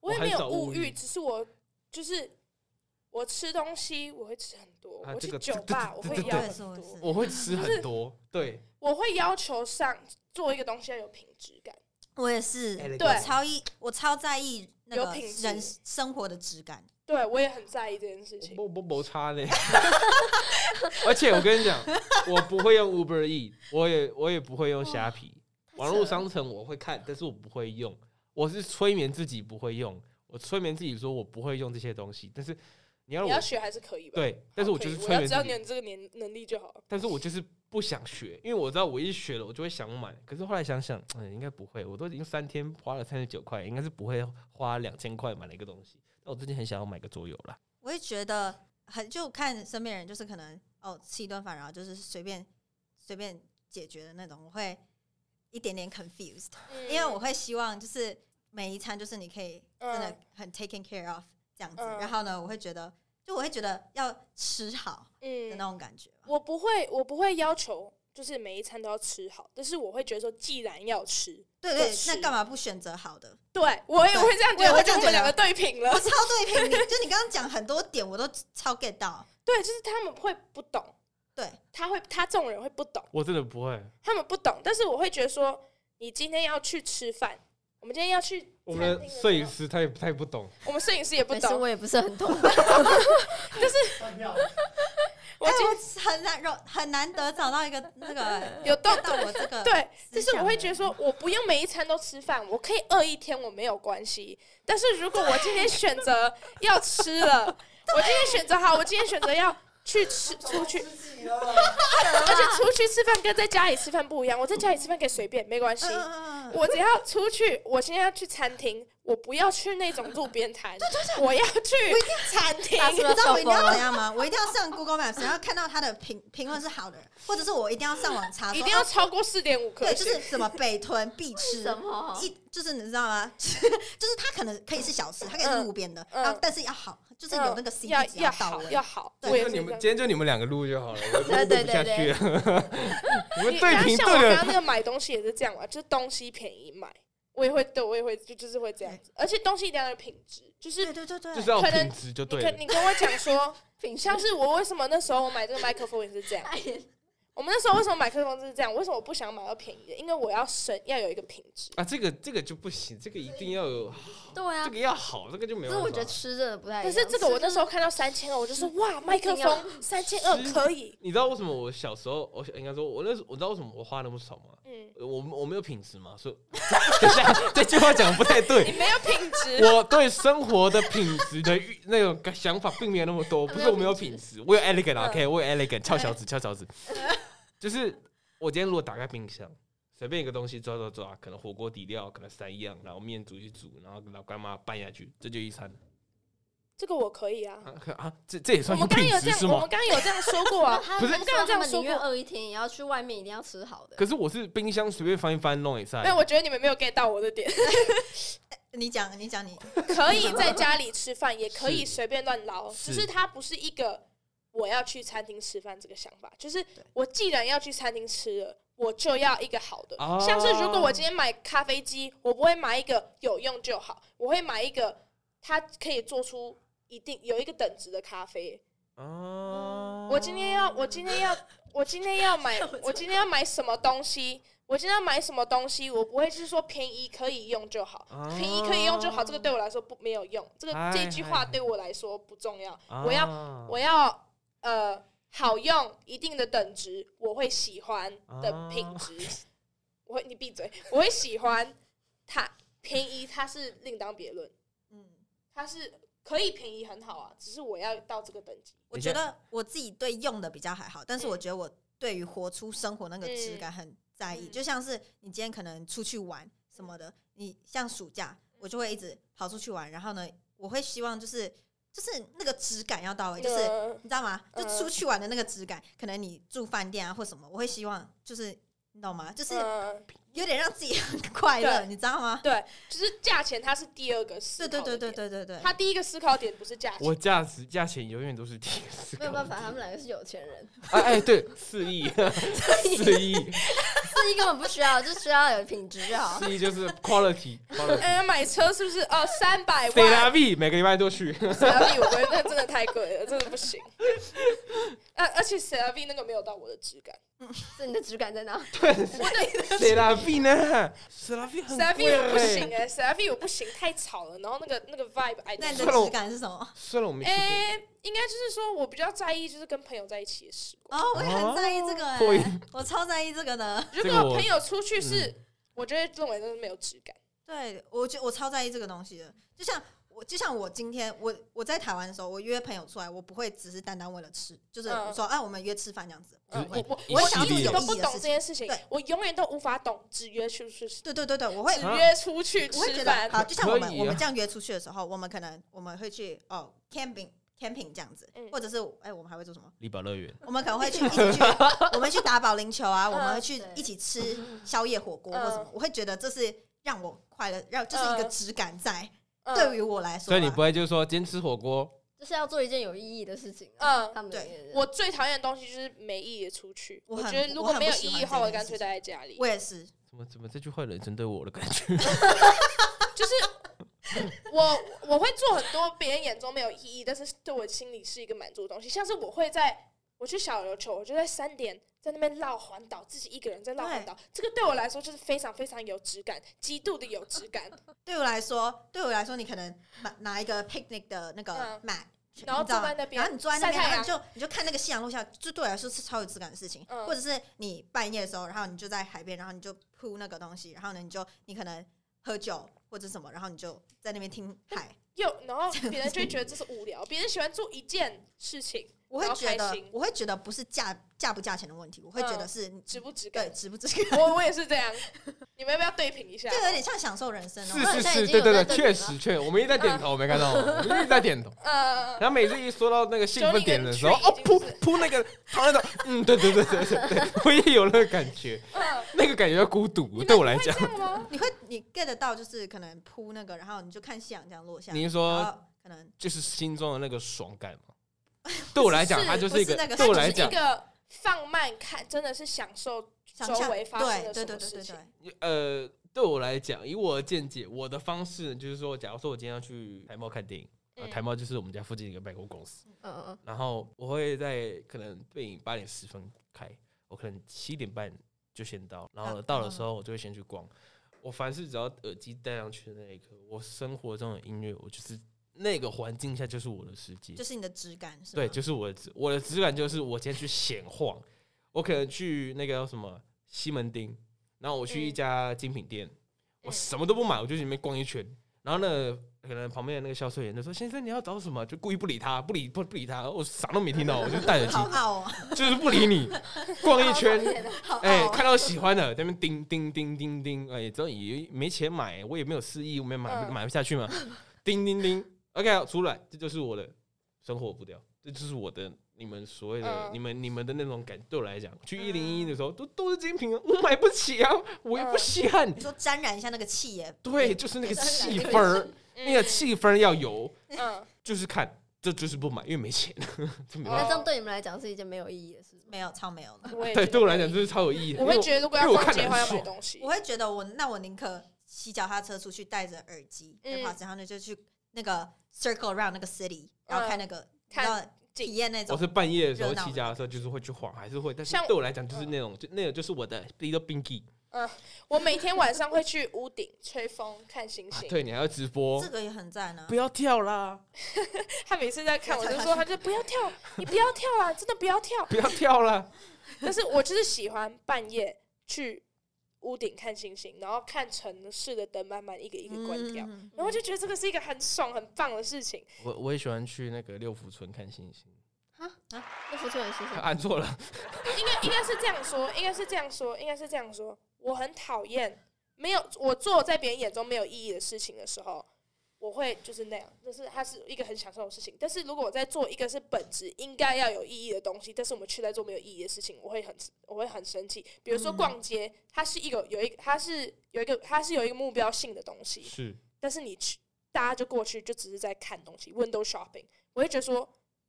S1: 我也
S3: 我很
S1: 没有
S3: 少物
S1: 物
S3: 欲
S1: 欲，只是我就是我吃东西我会吃很多，
S3: 啊
S1: 我
S3: 这
S1: 去
S3: 个
S1: 酒
S3: 对对
S1: 吧我
S3: 对
S1: 会
S3: 对
S1: 要
S2: 对
S1: 很
S2: 是我也是
S1: 多，
S3: 我会吃很多。对，
S1: 我会要求上做一个东西要有品质感。
S2: 我也是，
S3: 对
S2: 我超一我超在意那
S1: 哎有
S2: 个
S1: 品质
S2: 人生活的质感。
S1: 对，我也很在意这件事情。
S3: 我我没差嘞。而且我跟你讲，我不会用 Uber E，我也我也不会用虾皮，网络商城我会看，但是我不会用。我是催眠自己不会用，我催眠自己说我不会用这些东西，但是你要
S1: 你
S3: 我
S1: 要学还是可以吧？
S3: 对，但是
S1: 好
S3: 我
S1: 可
S3: 就
S1: 以
S3: 是
S1: 我
S3: 催
S1: 要
S3: 眠
S1: 只要
S3: 自
S1: 你
S3: 己，
S1: 有这个能能力就好了。
S3: 但是我就是不想学，因为我知道我一学了我就会想买，可是后来想想，嗯，应该不会，我都已经三天花了三十九块，应该是不会花两千块买了一个东西。那我最近很想要买个桌游啦，
S2: 我也觉得很，就看身边人，就是可能哦吃一顿饭，然后就是随便随便解决的那种，我会一点点 confused，、因为
S1: 嗯
S2: 我会希望就是每一餐就是你可以真的很 taken care of 这样子，
S1: 嗯
S2: 然后呢，我会觉得就我会觉得要吃好的
S1: 嗯
S4: 哦
S2: 那，种感觉吧。
S1: 我不会，我不会要求就是每一餐都要吃好，但是我会觉得说，既然要吃，
S2: 对对
S1: 就，吃
S2: 那干嘛不选择好的？
S1: 对我也
S2: 对
S1: 会这样
S2: 我也
S1: 觉得，就我
S2: 会这样觉得
S1: 们两个对平
S2: 我
S1: 了。
S2: 超对平，你就你刚刚讲很多点，我都超 get 到。
S1: 对，就是他们会不懂，
S2: 对，
S1: 他会他这种人会不懂，
S3: 我真的不会。
S1: 他们不懂，但是我会觉得说，你今天要去吃饭，我们今天要去
S3: 我
S1: 餐
S3: 们
S1: 厅
S3: 的
S1: 的
S3: 摄影
S1: 时候，
S3: 师他也不太不懂，
S1: 我们摄影师也不
S4: 但是
S1: 懂，
S4: 我也不是 很懂。
S1: 我今
S2: 哎我很难容很难得找到一个 那个
S1: 有动
S2: 到我这个
S1: 对，
S2: 思
S1: 就是
S2: 想
S1: 我会
S2: 的
S1: 觉得说，我不用每一餐都吃饭，我可以饿一天，我没有关系。但是如果我今天选择要吃 了，我今天选择好，我今天选择要去吃出去，而 且出去吃饭跟在家里吃饭不一样，我在家里吃饭可以随便，没关系。
S2: 嗯嗯嗯
S1: 我只要出去，我现在要去餐厅，我不要去那种路边摊，我要去餐厅。
S4: 他是不
S2: 你
S4: 是
S2: 知道我一定要
S4: 疯
S2: 怎样吗？我一定要上 Google Maps，然后看到他的评评论是好的，或者是我一定要上网查说，
S1: 一定要
S2: 哦
S1: 超过四点五颗
S2: 对，就
S1: 星，
S2: 是什么北屯必吃
S4: 什 么
S2: 一就是你知道吗？ 就是它可能可以是小吃，它可以是
S1: 嗯
S2: 路边的，
S1: 嗯
S2: 然后但是要好，就是有那个 C
S1: 要
S2: 值
S1: 要
S2: 到
S1: 好
S2: 位
S1: 要。好，
S2: 对
S1: 我也
S3: 就是你
S1: 这
S3: 们
S1: 样
S3: 今天就你们两个录就好了，我
S4: 对对
S3: 录不下去了。 你们
S1: 你
S3: 对
S1: 后
S3: 平
S1: 像我刚
S3: 对
S1: 刚
S3: 的，
S1: 那个买东西也是这样嘛，就是东西便宜买，我也会对我也会就就是会这样子，而且东西一定要有品质，就是
S2: 对对对对，
S3: 就是要有
S1: 可能
S3: 品质就
S1: 你
S3: 对了
S1: 跟。你跟我讲 说，
S4: 品
S1: 像是我为什么那时候我买这个麦克风也是这样，我们那时候为什么买麦克风就是这样，为什么我不想买到便宜的？因为我要省，要有一个品质。
S3: 啊，这个这个就不行，这个一定要有，
S4: 对啊
S3: 这，个要好，这个就没
S4: 可
S3: 有办
S4: 是
S3: 法。啊
S4: 我觉得吃真的不太一
S1: 可
S4: 样。
S1: 是这个我那时候看到三千二，我就说哇，麦克风三千二可以，
S3: 你知道为什么我小时候，我应该说，我那时我知道为什么我花那么少吗？
S1: 嗯，
S3: 我我没有品质嘛，所以等一下这句话讲得不太
S1: 你
S3: 对。
S1: 没有品质，
S3: 我对生活的品质的欲那种想法并没有那么多，不是我没有品质，我有 elegant，OK，、我有 elegant，翘小指，翘小指，就是我今天如果打开冰箱，随便一个东西抓抓抓，可能火锅底料，可能三样，然后面煮一煮，然后老干妈拌下去，这就一餐
S1: 这个我可以啊。
S3: 啊可啊，这这也
S1: 我
S3: 算
S1: 们
S3: 有
S1: 刚刚
S3: 品
S1: 有这
S3: 质
S1: 样，
S3: 是
S1: 我
S3: 吗
S1: 们？刚刚有这样说过 啊。
S3: 不是
S4: 他们
S1: 我刚刚这样
S4: 他们宁愿
S1: 说
S4: 饿一天，也要去外面，一定要吃好的。
S3: 可是我是冰箱随便翻一翻弄一下
S1: 没，有，我觉得你们没有 get 到我的点。
S2: 你讲你讲你，
S1: 可以在家里吃饭，也可以
S3: 是
S1: 随便乱捞，只
S3: 是
S1: 是它不是一个我要去餐厅吃饭这个想法，就是我既然要去餐厅吃了。我就要一个好的
S3: 哦，
S1: 像是如果我今天买咖啡机，我不会买一个有用就好，我会买一个它可以做出一定有一个等值的咖啡。
S3: 哦
S1: 嗯 我今天要，我今天要，我今天要买
S4: 我知道，
S1: 我今天要买什么东西？我今天要买什么东西？我不会是说便宜可以用就好，
S3: 啊
S1: 便宜可以用就好，这个对我来说不没有用，这个
S3: 哎
S1: 这句话
S3: 哎
S1: 对我来说不重要。
S3: 啊
S1: 我要我要呃好用一定的等值，我会喜欢的品质，
S3: 啊
S1: 我会你闭嘴，我会喜欢它便宜，它是另当别论，
S2: 嗯，
S1: 它是可以便宜很好啊，只是我要到这个等级。
S2: 我
S3: 你
S2: 觉
S3: 觉
S2: 得我自己对用的比较还好，但是
S1: 嗯
S2: 我觉得我对于活出生活那个质感很在意。
S1: 嗯
S2: 就像是你今天可能出去玩什么的，你像暑假我就会一直跑出去玩，然后呢，我会希望就是就是那个质感要到位，哦就是
S1: 呃
S2: 你知道吗？就
S1: 嗯
S2: 出去玩的那个质感，可能你住饭店啊或什么，我会希望就是你懂吗？就是
S1: 呃
S2: 有点让自己很快乐，
S1: 对
S2: 你知道吗？
S1: 对，就是价钱，它是第二个
S2: 对
S1: 思考
S2: 对
S1: 的
S2: 对对
S1: 点
S2: 对对对，
S1: 它第一个思考点不是价
S3: 我
S1: 钱，
S3: 价值价钱永远都是第一个思考
S4: 没有办法，他们两个是有 钱人，
S3: 哎哎，对，四亿， 四亿，
S4: 自己根本不需要，就需要有品质就好。
S3: 四亿就是 quality quality。
S1: 哎，买车是不是？哦，三百
S3: 塞
S1: 万
S3: 拉，币每个礼拜都去，
S1: 塞拉币，我觉得那真的太贵了，真的不行。而而且塞拉币那个没有到我的质感，
S4: 是你的质感在哪？
S3: 塞拉币呢？塞拉币很
S1: 塞拉币我不
S3: 贵欸
S1: 行。哎，塞拉币我不行，太吵了。然后那个那个 vibe，哎，
S2: 那你
S3: 算了
S2: 的
S3: 我
S2: 质感是什么？
S3: 虽然我没去过，
S1: 哎，应该就是说我比较在意就是跟朋友在一起的时光。
S2: 哦，我也很在意这个、
S3: 破
S2: 哎，
S3: 音
S2: 我超在意这个的。
S1: 如
S3: 这个
S1: 果
S3: 我
S1: 朋友出去是，我就会认为那是没有质感。
S2: 对，我觉我超在意这个东西的。就像我，就像我今天我我在台湾的时候，我约朋友出来，我不会只是单单为了吃，就是
S1: 嗯
S2: 我说、啊，我们约吃饭这样子。
S3: 就是
S1: 嗯我我
S3: 一
S1: 我
S3: 一系
S1: 一
S3: 列
S1: 直
S3: 的
S1: 都不懂这件事情
S2: 对，
S1: 我永远都无法懂只约出去吃
S2: 对对对对，我会
S1: 只约出去
S2: 我会觉
S1: 吃
S2: 得
S1: 饭。
S2: 好，就像我们、
S3: 可以啊
S2: 我们这样约出去的时候，我们可能我们会去哦 camping camping 这样子，
S1: 嗯
S2: 或者是哎、我们还会做什么？
S3: 离宝乐园，
S2: 我们可能会去一起去，我们去打保龄球啊，我
S1: 嗯
S2: 们会去
S4: 对
S2: 一起吃宵夜火锅或什么，我会觉得这是让我快乐，让就是一个
S1: 嗯
S2: 质感在。
S1: 嗯
S2: 对于我来说
S3: 所
S2: 啊，
S3: 以你不会就是说今天吃火锅，
S4: 就是要做一件有意义的事情啊。
S1: 嗯，
S4: 他们
S2: 对
S4: 也是
S1: 我最讨厌的东西就是没意义的出去。
S2: 我
S1: 我
S2: 很
S1: 觉得如
S2: 我
S1: 果
S2: 很
S1: 没有
S2: 不喜
S1: 意义
S2: 欢
S1: 的话，
S2: 这
S1: 我
S2: 件
S1: 干脆
S2: 事情
S1: 待在家里。
S2: 我也是，
S3: 怎么怎么这句话有人针对我的感觉？
S1: 就是我我会做很多别人眼中没有意义，但是对我心里是一个满足的东西。像是我会在我去小琉球，我就在三点在那边绕环岛，自己一个人在绕环岛，这个对我来说就是非常非常有质感，极度的有质 感。
S2: 对我来说，对我来说，你可能拿拿一个 picnic 的那个
S1: 嗯
S2: mat，、
S1: 然后
S2: 你知道
S1: 坐在那边
S2: 然后你坐在那边，
S1: 晒太
S2: 然
S1: 阳
S2: 后你就你就看那个夕阳落下，这对我来说是超有质感的事情。
S1: 嗯
S2: 或者是你半夜的时候，然后你就在海边，然后你就铺那个东西，然后呢，你就你可能喝酒或者什么，然后你就在那边听海。
S1: 又然后别人就会觉得这是无聊，别人喜欢做一件事情，
S2: 我会觉
S1: 然后开
S2: 得
S1: 心，
S2: 我会觉得不是价价不价钱的问题，我会觉得
S1: 嗯
S2: 是、
S1: 值不值
S2: 对
S1: 感？
S2: 值不值感，
S1: 我我也是这样，你们要不要对啊平一 下？
S2: 这有点像享受人生哦。
S3: 是
S4: 好
S3: 是
S4: 像已
S3: 是，
S4: 经
S3: 对
S4: 有
S3: 对对，
S4: 在这
S3: 确
S4: 里
S3: 实
S4: 了
S3: 确，我们一直在点头，没看到吗，我们一直在点头。
S4: 嗯
S1: 呃，
S3: 然后每次一说到那个兴奋点的时候，
S1: 就那个
S3: 哦
S1: tree
S3: 扑
S1: 就是
S3: 扑那个躺在那，嗯，对对对对对对，我也有那个感觉，
S1: 嗯，
S3: 那个感觉叫孤独，
S1: 你
S3: 对
S1: 们
S3: 我来
S1: 会
S3: 讲
S1: 这，样吗？
S2: 你会你 get 得到，就是可能铺那个，然后你就看夕阳这样落下，
S3: 您
S2: 然
S3: 说
S2: 后可能
S3: 就是心中的那个爽感嘛。对我来讲，它就是一
S2: 不是那个
S3: 对我
S2: 它
S3: 来
S2: 就是
S1: 一
S3: 讲，
S1: 个放慢看，真的是享受
S2: 想
S1: 周
S2: 象
S1: 围发生
S2: 对
S1: 了
S2: 对
S1: 什
S2: 对
S1: 么
S2: 对
S1: 事
S2: 对
S1: 情
S2: 对。
S3: 呃，对我来讲，以我的见解，我的方式就是说，假如说我今天要去台猫看电影，啊，
S1: 嗯
S3: 台猫就是我们家附近一个百货公司，
S4: 嗯嗯嗯，
S3: 然后我会在可能电影八点十分开，我可能七点半就先到，然后
S2: 啊
S3: 到的时候我就会先去逛。我凡是只要耳机戴上去的那一刻，我生活中的音乐，我就是那个环境下就是我的世界，
S2: 就是你的质感是吗
S3: 对，就是我的质我的质感就是我今天去闲晃，我可能去那个叫什么西门町，然后我去一
S1: 嗯
S3: 家精品店，
S2: 嗯
S3: 我什么都不买，我就去里面逛一圈。然后呢，可能旁边的那个销售员就说：“先生，你要找什么？”就故意不理他，不理不不理他，我啥都没听到，我就戴 耳机
S2: 好，傲哦，
S3: 就是不理你，逛一圈。
S2: 好
S3: 哎、
S2: 傲哦
S3: 看到喜欢的，在那边叮叮叮叮叮，哎、知道也没钱买，我也没有四亿，我没买、
S1: 嗯
S3: 买不下去嘛，叮叮叮，OK，出来，这就是我的生活步调，这就是我的你们所谓的、
S1: 嗯
S3: 你们你们的那种感，对我来讲，去一零一
S1: 嗯
S3: 的时候都都是精品啊，我买不起啊，我也不
S1: 嗯
S3: 稀罕，
S2: 你说沾染一下那个气耶，
S3: 对，就是那个气
S4: 对
S3: 氛儿，
S1: 嗯
S3: 那个气氛儿要有，
S1: 嗯，
S3: 就是看，这就是不买，因为没钱， 这没办
S4: 那
S3: 法
S4: 这样对你们来讲是一件没有意义的事吗？
S2: 没有超没有 的。
S1: 我也
S3: 对，
S1: 觉
S3: 对我
S1: 得
S3: 来讲这是超有意义的，
S1: 我
S3: 因
S1: 会
S3: 为
S1: 觉得如果
S3: 因
S1: 要
S3: 为我
S1: 逛
S3: 看
S1: 街
S3: 得
S1: 话要
S3: 很
S1: 买
S3: 爽
S1: 东西
S2: 我，会觉得我那我宁可骑脚踏车出去，戴着耳机
S1: 嗯
S2: 跟跑车，然后呢就去那个 circle around 那个 city，然后看那个你知道
S1: 嗯看近
S2: 体验那
S3: 我
S2: 种
S3: 是半夜的时候
S2: 热闹的
S3: 骑脚踏车，就是会去晃，还是会，但是
S1: 像
S3: 对我来讲就是那种，就那个就是我的第一个病忌
S1: 我每天晚上会去屋顶吹风看星
S3: 啊
S1: 星。。
S3: 对你还要直播
S2: 这，个也很赞啊
S3: 不。要跳啦，
S1: 他每次在看，我就说，他就不要跳，你不要跳啦，真的不要跳。
S3: 不要跳啦，
S1: 但是我就是喜欢半夜去屋顶看星星，然后看城市的灯慢慢一个一个关掉，
S2: 嗯
S1: 然后我就觉得这个是一个很爽很棒的事情。
S3: 我我也喜欢去那个六福村看星星，
S2: 嗯
S1: 啊
S4: 那付出很辛苦。
S3: 啊按错了，
S1: 应该应该是这样说，应该是这样说，应该是这样说。我很讨厌没有我做在别人眼中没有意义的事情的时候，我会就是那样，就是它是一个很享受的事情。但是如果我在做一个是本质应该要有意义的东西，但是我们却在做没有意义的事情，我会很我会很生气。比如说
S2: 嗯
S1: 逛街，它是一个有一个它是有一个它是有一个目标性的东西，
S3: 是
S1: 但是你去，大家就过去就只是在看东西，window shopping，我会觉得说，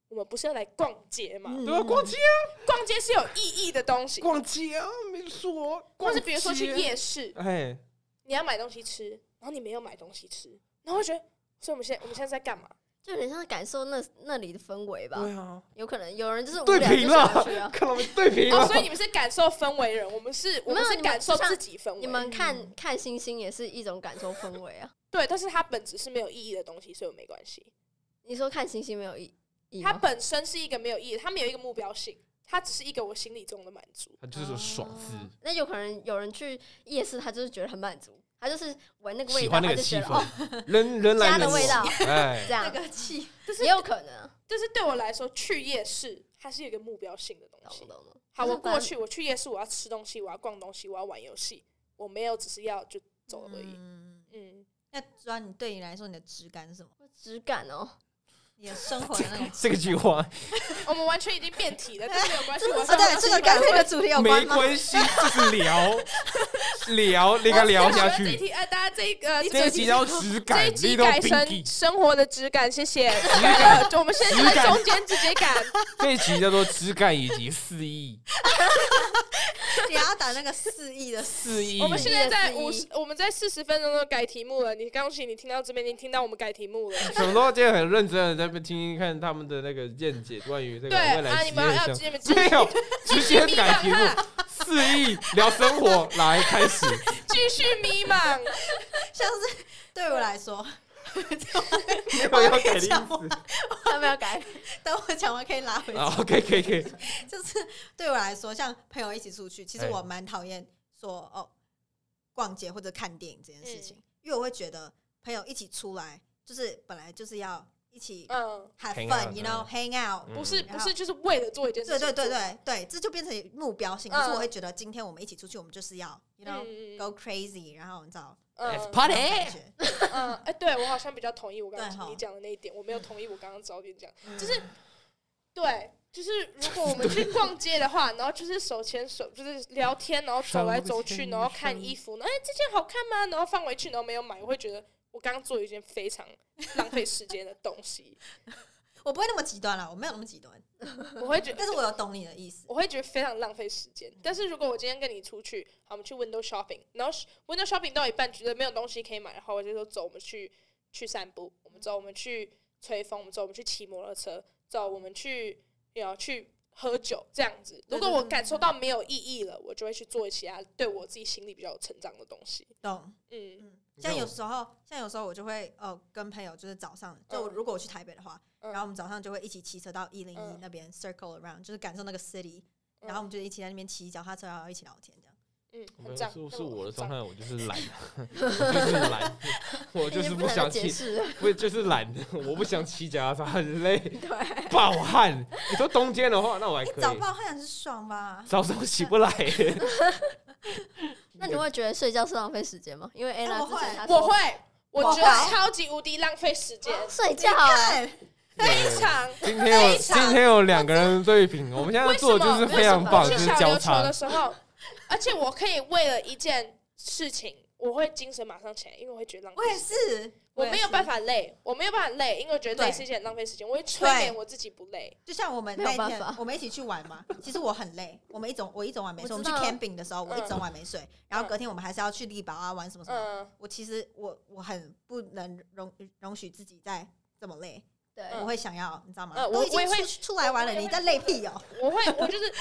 S1: 我们不是要来逛街吗？
S2: 嗯
S3: 对啊，逛街
S1: 逛街是有意义的东西，
S3: 逛街啊，没错，
S1: 或
S3: 逛
S1: 是
S3: 街
S1: 比如说去，夜市，
S3: 哎，
S1: 你要买东西吃，然后你没有买东西吃，然后会觉得，所以我们现在我们现在在 干嘛？
S4: 就有点像感受那那里的氛围吧，
S3: 对啊，
S4: 有可能有人就是无
S3: 对
S4: 聊
S3: 平
S4: 就想要去
S3: 了，
S4: 啊。
S3: 看到没？对平
S1: 哦，
S3: 了，
S1: 所以你们是感受氛围人，我们是我们
S4: 没有
S1: 是
S4: 你们
S1: 感受
S4: 就像
S1: 自己氛围，
S4: 你们看看星星也是一种感受氛围啊。
S1: 对，但是它本质是没有意义的东西，所以我没关系。
S4: 你说看星星没有意义
S1: 它
S4: 吗？
S1: 本身是一个没有意义，它没有一个目标性，它只是一个我心里中的满足。
S3: 他就是有爽字，
S4: 哦那有可能有人去夜市，他就是觉得很满足，他就是闻那个味
S3: 喜
S4: 道，
S3: 欢那
S4: 他
S3: 个
S4: 就
S3: 气
S4: 觉得哦，
S3: 氛， 人人来
S4: 家
S3: 人
S4: 的
S3: 往
S4: 味道，
S3: 哎。
S4: 这，样
S2: 那个气，
S1: 就是
S4: 也有可能啊。
S1: 但是对我来说，去夜市它是有一个目标性的东西
S4: 懂。懂懂。
S1: 好，
S4: 就是
S1: 我过
S4: 反
S1: 去，我去夜市，我要吃东西，我要逛东西，我要玩游戏，我没有只是要就走而已。
S2: 嗯
S1: 嗯，
S2: 那主要你对你来说，你的质感是什么？
S4: 质感哦，
S2: 你的生活的那种
S3: 这个计划
S1: 我们完全已经变体了，但没有关系。我
S2: 啊，对，这个跟这个主题有
S3: 没
S2: 关吗？
S3: 关系，就是聊聊，你
S1: 应
S3: 该聊下
S1: 这一
S3: 去。
S1: 题，呃，大家这个
S3: 这一
S1: 集
S3: 集叫实
S1: 这
S3: 感
S1: 一，集
S3: 你都
S1: 改
S3: 冰
S1: 成
S3: 激
S1: 生活的质感，谢谢。
S3: 感
S1: 呃就我们现在在中间直接改，
S3: 这一集叫做质感以及肆意，
S2: 你还要打那个肆意的
S3: 肆意
S1: 我们现在在五
S4: 一
S1: 十，我们在四十分钟都改题目了。你恭喜你听到这边，你听到我们改题目了。
S3: 什么都今天很认真的在那边听听看他们的那个见解，关于这个
S1: 对
S3: 未来
S1: 啊，
S3: 职
S1: 你们
S3: 业
S1: 要
S3: 上
S1: 你们啊继续
S3: 没有直接
S1: 迷
S3: 改 题
S1: 茫
S3: 目，
S1: 啊，
S3: 肆意聊生活，来开始。
S1: 继续迷 茫。
S2: 像是 对我来说，
S3: 没有要改 的意
S2: 讲完
S3: 思。
S4: 要不要改？
S2: 等我讲完可以拉回去。
S3: 啊，OK，可以，可以。
S2: 就是对我来说，像朋友一起出去，其实
S3: 哎
S2: 我蛮讨厌说哦，逛街或者看电影这件事情，
S3: 嗯
S2: 因为我会觉得朋友一起出来，就是本来就是要一起
S1: 嗯，
S2: have
S3: 呃 Hang out，
S2: fun，you
S3: 嗯
S2: know，hang out。
S1: 不是
S2: 嗯
S1: 不是，就是为了做一件事
S2: 对
S1: 情。
S2: 对对对对，这就变成目标性。
S1: 嗯
S2: 可是我会觉得，今天我们一起出去，我们就是要，you
S1: 嗯，
S2: know，go crazy，然后你知道
S1: 嗯
S3: Let's
S2: 那
S3: party
S2: 种感觉，
S1: 嗯，哎，对我好像比较同意我刚
S2: 对
S1: 刚
S2: 吼
S1: 你讲的那一点，我没有同意我刚刚早点讲，
S2: 嗯
S1: 就是对。就是如果我们去逛街的话，然后就是手牵手，就是聊天，然后走来走
S3: 手牵
S1: 去，
S3: 手
S1: 然后看衣服，然后哎这件好看吗？然后放回去，然后没有买，我会觉得我刚刚做了一件非常浪费时间的东西，
S2: 我不会那么极端啦，我没有那么极端，
S1: 我会觉得
S2: 但是我有懂你的意思。
S1: 我会觉得非常浪费时间。但是如果我今天跟你出去，好，我们去 window shopping，然后 sh- window shopping 到一半觉得没有东西可以买的话，我就说走，我们去去散步，我们走，我们去吹风，我们走，我们去骑摩托车，走，我们去要去喝酒这样子。如
S2: 对
S1: 果
S2: 对
S1: 我
S2: 对
S1: 感受到没有意义了，我就会去做其他对我自己心里比较有成长的东西。
S2: 懂。
S1: 嗯
S2: 嗯，
S3: 你
S2: 像
S3: 看
S2: 有
S3: 我
S2: 时候，像有时候我就会呃跟朋友就是早上，就我
S1: 嗯
S2: 如果我去台北的话，
S1: 嗯
S2: 然后我们早上就会一起骑车到一零一
S1: 嗯
S2: 那边 circle around，就是感受那个 city，
S1: 嗯
S2: 然后我们就一起在那边骑脚踏车，然后一起聊天这样。
S1: 嗯，很
S3: 没
S1: 赞。
S3: 有
S1: 对
S3: 是是我的
S1: 很
S3: 状
S1: 赞
S3: 态，我就是懒，我就是懒，我就是
S4: 不
S3: 想
S4: 能解
S3: 骑，
S4: 释。
S3: 不就是懒，我不想骑脚踏车，很累，
S4: 对，
S3: 暴汗。你说冬天的话，那我还可
S2: 哎早
S3: 以，
S2: 报很是爽吧？
S3: 早上起不 来。
S4: 那你会觉得睡觉是浪费时间吗？因为 Anna
S2: 我
S4: 之前
S2: 会
S4: 她说
S1: 我会，我
S2: 我
S1: 觉得
S2: 会
S1: 超级无敌浪费时间，
S4: 睡
S2: 你
S4: 觉啊，
S2: 看，
S1: 非常。
S3: 今天有
S1: 非
S3: 今
S1: 常
S3: 天有两个人 对屏，我们现在
S1: 为什
S3: 做
S1: 么？
S3: 的就是非常
S1: 为
S3: 棒，
S1: 什
S3: 就
S1: 么
S3: 是
S1: 去小
S3: 交
S1: 琉球
S3: 叉
S1: 的。时候，而且我可以为了一件事情，我会精神马上起来，因为我会觉得浪费
S2: 我。也
S1: 时间。
S2: 是，
S1: 我没有办
S2: 法。
S1: 法累，我没有办法累，因为我觉得累
S2: 对
S1: 是一件很浪费时间。我会催眠我自己不累。
S2: 就像我们
S4: 没有
S2: 那一
S4: 办
S2: 天
S4: 法，
S2: 我们一起去 玩嘛，其实我很累，我们一整我一整晚没睡，我
S4: 我
S2: 们
S4: 知
S2: 去
S4: 道
S2: camping 的时候，我一整晚没睡，然后
S1: 嗯
S2: 隔天我们还是要去力宝啊玩什么什么的。
S1: 嗯，
S2: 我其实我我很不能容容许自己再这么累，
S4: 对，
S2: 我会想要，你知道吗？
S1: 嗯
S2: 都
S1: 我
S2: 已经
S1: 我也会
S2: 出出来玩了，
S1: 我也
S2: 你
S1: 会
S2: 在累屁哦！
S1: 我会，我就是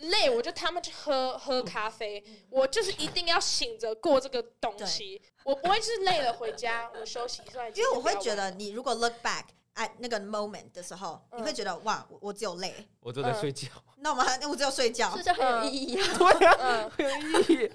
S1: 累，我就他们去喝喝咖啡，我就是一定要醒着过这个东西，我不会是累了回家我休息算了，
S2: 因为我会
S1: 今天
S2: 觉
S1: 不要玩
S2: 得，你如果 look back at 那个 moment 的时候，
S1: 嗯
S2: 你会觉得哇，我我只有累，
S3: 我都在睡觉，
S2: 那 我们我只有睡觉
S4: 这。就很有意义啊。
S3: 对啊，
S1: 嗯，
S3: 很有意义。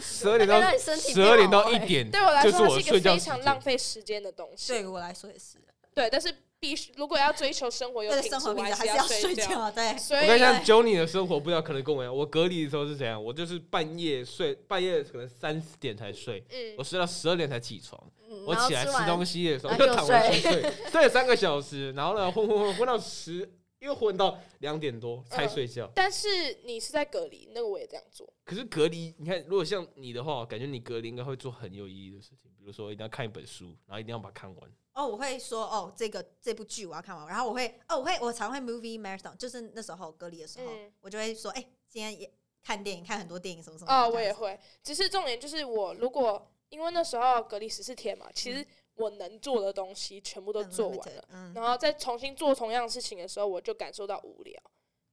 S3: 十二点
S4: 那
S3: 到
S4: 你身体
S3: 十二点
S4: 不
S3: 到
S4: 好
S3: 一
S4: 欸
S3: 点，
S1: 对我来
S3: 就是
S1: 说它
S3: 我
S1: 是一
S3: 睡
S1: 个
S3: 觉
S1: 非
S3: 时
S1: 常
S3: 间
S1: 浪费时间的东西，
S2: 对于我来说也是，
S1: 对，但是必须如果要追求生活有
S2: 为了
S1: 品
S2: 生活
S1: 质，
S2: 品
S1: 我
S2: 质还
S1: 是
S2: 是要睡
S1: 睡。
S2: 觉。对，
S1: 所
S3: 我
S1: 以
S3: 跟你讲，Johnny 的生活不知道可能跟我一样，我隔离的时候是怎样？我就是半夜睡，半夜可能三四点才睡，
S1: 嗯
S3: 我，睡到十二点才起床。
S4: 嗯
S3: 我
S4: 然后
S3: 起来
S4: 吃
S3: 吃
S4: 完
S3: 东西的时候
S4: 然
S3: 又
S4: 后
S3: 躺
S4: 又
S3: 回去睡，睡了三个小时，然后呢混混混混到十，又混到两点多才睡觉。
S1: 但是你是在隔离，那个我也这样做。
S3: 可是隔离，你看，如果像你的话，感觉你隔离应该会做很有意义的事情，比如说一定要看一本书，然后一定要把它看完。
S2: 哦，我会说哦，这个这部剧我要看完，然后我会哦，我会我常会 movie marathon，就是那时候隔离的时候，
S1: 嗯
S2: 我就会说，哎、今天也看电影，看很多电影什么什么。
S1: 啊、
S2: 哦这
S1: 我也
S2: 样子
S1: 会，只是重点就是我如果因为那时候隔离十四天嘛，其实我能做的东西全部都
S2: 很
S1: 做
S2: limited，
S1: 完了，
S2: 嗯，
S1: 然后再重新做同样的事情的时候，我就感受到无聊，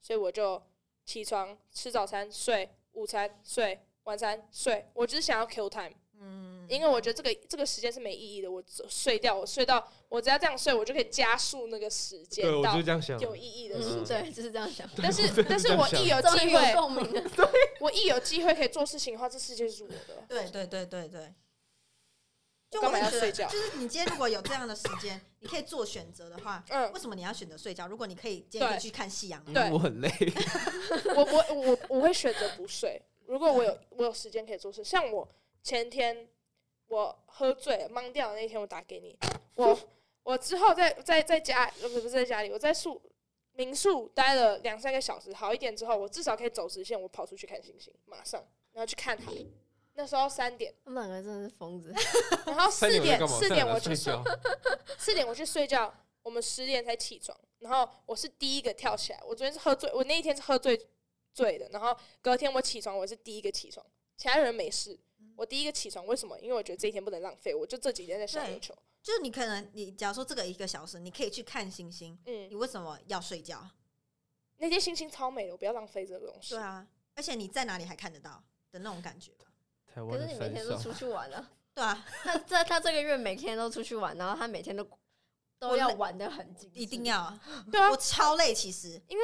S1: 所以我就起床吃早餐、睡午餐、睡晚餐、睡，我只是想要 kill time，
S2: 嗯，
S1: 因为我觉得这个这个时间是没意义的，我只睡掉，我睡到我只要这样睡，我就可以加速那个时间
S3: 对，我
S1: 到
S3: 就这样想。
S1: 有意义的
S4: 嗯，
S1: 时间。
S4: 对，就是这样想。
S1: 但 是，但是我 一有
S4: 终于
S1: 机
S4: 有
S1: 会，
S4: 共鸣了，
S1: 我一有机会可以做事情的话，这世界就是我的。
S2: 对对对对对。就
S1: 我
S2: 我
S1: 干嘛
S2: 会
S1: 要
S2: 觉得，
S1: 睡觉
S2: 就是你今天如果有这样的时间，你可以做选择的话，
S1: 嗯，
S2: 为什么你要选择睡觉？如果你可以今天可以去看夕阳啊，
S1: 对
S3: 嗯我很累。
S1: 我我我我会选择不睡。如果我有我有时间可以做事，像我前天我喝醉了懵掉的那天，我打给你， 我我之后在在在家呃不是不是在家里，我在宿民宿待了两三个小时，好一点之后，我至少可以走直线，我跑出去看星星，马上然后去看海。那时候三点，
S4: 他们两个真的是疯子。
S1: 然后四
S3: 三我在
S1: 点
S3: 干嘛
S1: 四点
S3: 我
S1: 我去睡
S3: 在 睡，觉。
S1: 四点我去睡觉，我们十点才起床，然后我是第一个跳起来。我昨天是喝醉，我那一天是喝醉醉的，然后隔天我起床，我是第一个起床，其他人没事，
S2: 嗯
S1: 我第一个起床，为什么？因为我觉得这一天不能浪费，我就这几天在小琉球，
S2: 就是你可能你假如说这个一个小时，你可以去看星星，
S1: 嗯
S2: 你，为什么要睡觉？
S1: 那天心情超美的，我不要浪费这个东西
S2: 对。啊， 而且你在哪里还看得到的那种感觉吧？
S3: 台
S4: 可
S3: 湾
S4: 是
S3: 的
S4: 你每
S3: 山
S4: 天都
S3: 上，
S4: 出去玩啊？
S2: 对啊，
S4: 他这他这个月每天都出去玩，然后他每天都都要玩的很精，
S2: 一定。要 啊！
S1: 对啊
S2: 我，超累，其实
S1: 因为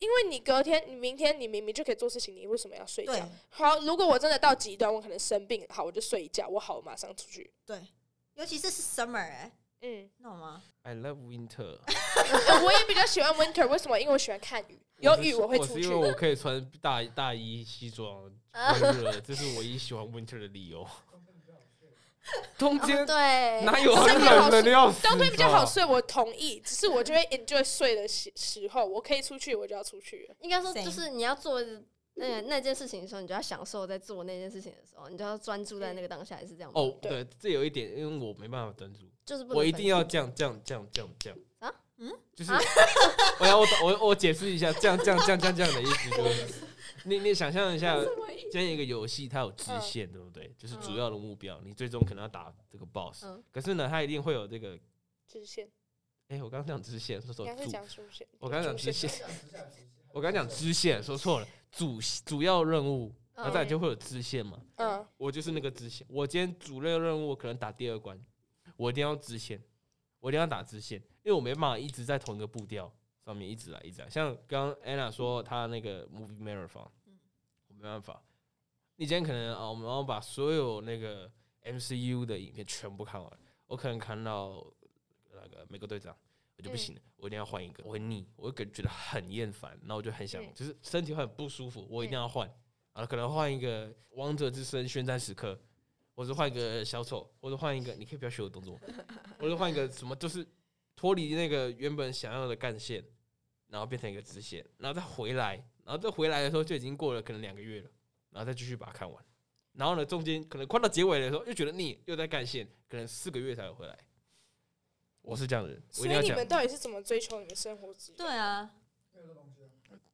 S1: 因为你隔天、你明天、你明明就可以做事情，你为什么要睡
S2: 对
S1: 觉？好，如果我真的到极端，我可能生病，好，我就睡一觉，我好，我马上出去。
S2: 对，尤其是是 summer 哎、
S1: 嗯，
S2: 你懂吗？
S3: I love winter。
S1: 我也比较喜欢 winter，为什么？因为我喜欢看雨，有雨
S3: 我
S1: 会
S3: 是
S1: 出
S3: 我
S1: 去
S3: 是因。为我可以穿大大衣西装， 温热，这是我一喜欢 winter 的理由。冬天
S4: 哦对，
S3: 哪有
S1: 冬天哎
S3: 很
S1: 比较好
S3: 冷的要死？
S1: 冬天比较好
S3: 知
S1: 睡，我同意。只是我就会 enjoy 睡的时时候，我可以出去，我就要出去了。
S4: 应该说
S2: Same
S4: 就是你要做那个那件事情的时候，你就要享受在做那件事情的时候，你就要专注在那个当下，也是这样
S3: 道
S4: 吗
S3: 吗。哦，
S1: 对
S3: 对，这有一点，因为我没办法专注，
S4: 就是不能
S3: 我一定要
S4: 分心
S3: 这样这样这样这样这样
S4: 啊，
S2: 嗯，
S3: 就是
S4: 啊
S3: 我要我我我解释一下，这样这样这样这样这样的意思 就是，你你想象一下，今天一个游戏它有
S1: 嗯
S3: 支线，对不对？就是主要的目标，你最终可能要打这个 boss，
S4: 嗯
S3: 可是呢，它一定会有这个，
S1: 支线，
S3: 哎，我刚刚讲支线，说
S1: 你
S3: 说
S1: 还会
S3: 主
S1: 讲出现？
S3: 我刚刚讲
S1: 出
S3: 支线， 我刚刚讲支线，说错了，主主要任务，然后再来就会有支线嘛。
S1: 嗯，
S3: 我就是那个支线，我今天主要任务我可能打第二关，我一定要支线，我一定要打支线，因为我没办法一直在同一个步调上面一直来一直来。像刚刚 Anna 说她那个 Movie Marathon，我没办法，你今天可能啊，我们要把所有那个 MCU 的影片全部看完，我可能看到那个美国队长。我就不行了，我一定要换一个，我会腻，我会觉得很厌烦，然后我就很想，
S1: 嗯
S3: 就是身体会很不舒服，我一定要换，啊，可能换一个《王者之声》宣战时刻，或者换一个小丑，或者换一个，你可以不要学我动作，或者换一个什么，就是脱离那个原本想要的干线，然后变成一个支线，然后再回来，然后再回来的时候就已经过了可能两个月了，然后再继续把它看完。然后呢，中间可能快到结尾的时候又觉得腻，又在干线，可能四个月才有回来。我是这样的人，我
S1: 所
S3: 一定要
S1: 以你
S3: 讲
S1: 们。到底是怎么追求你们生活 质量？
S2: 对啊，
S1: 啊，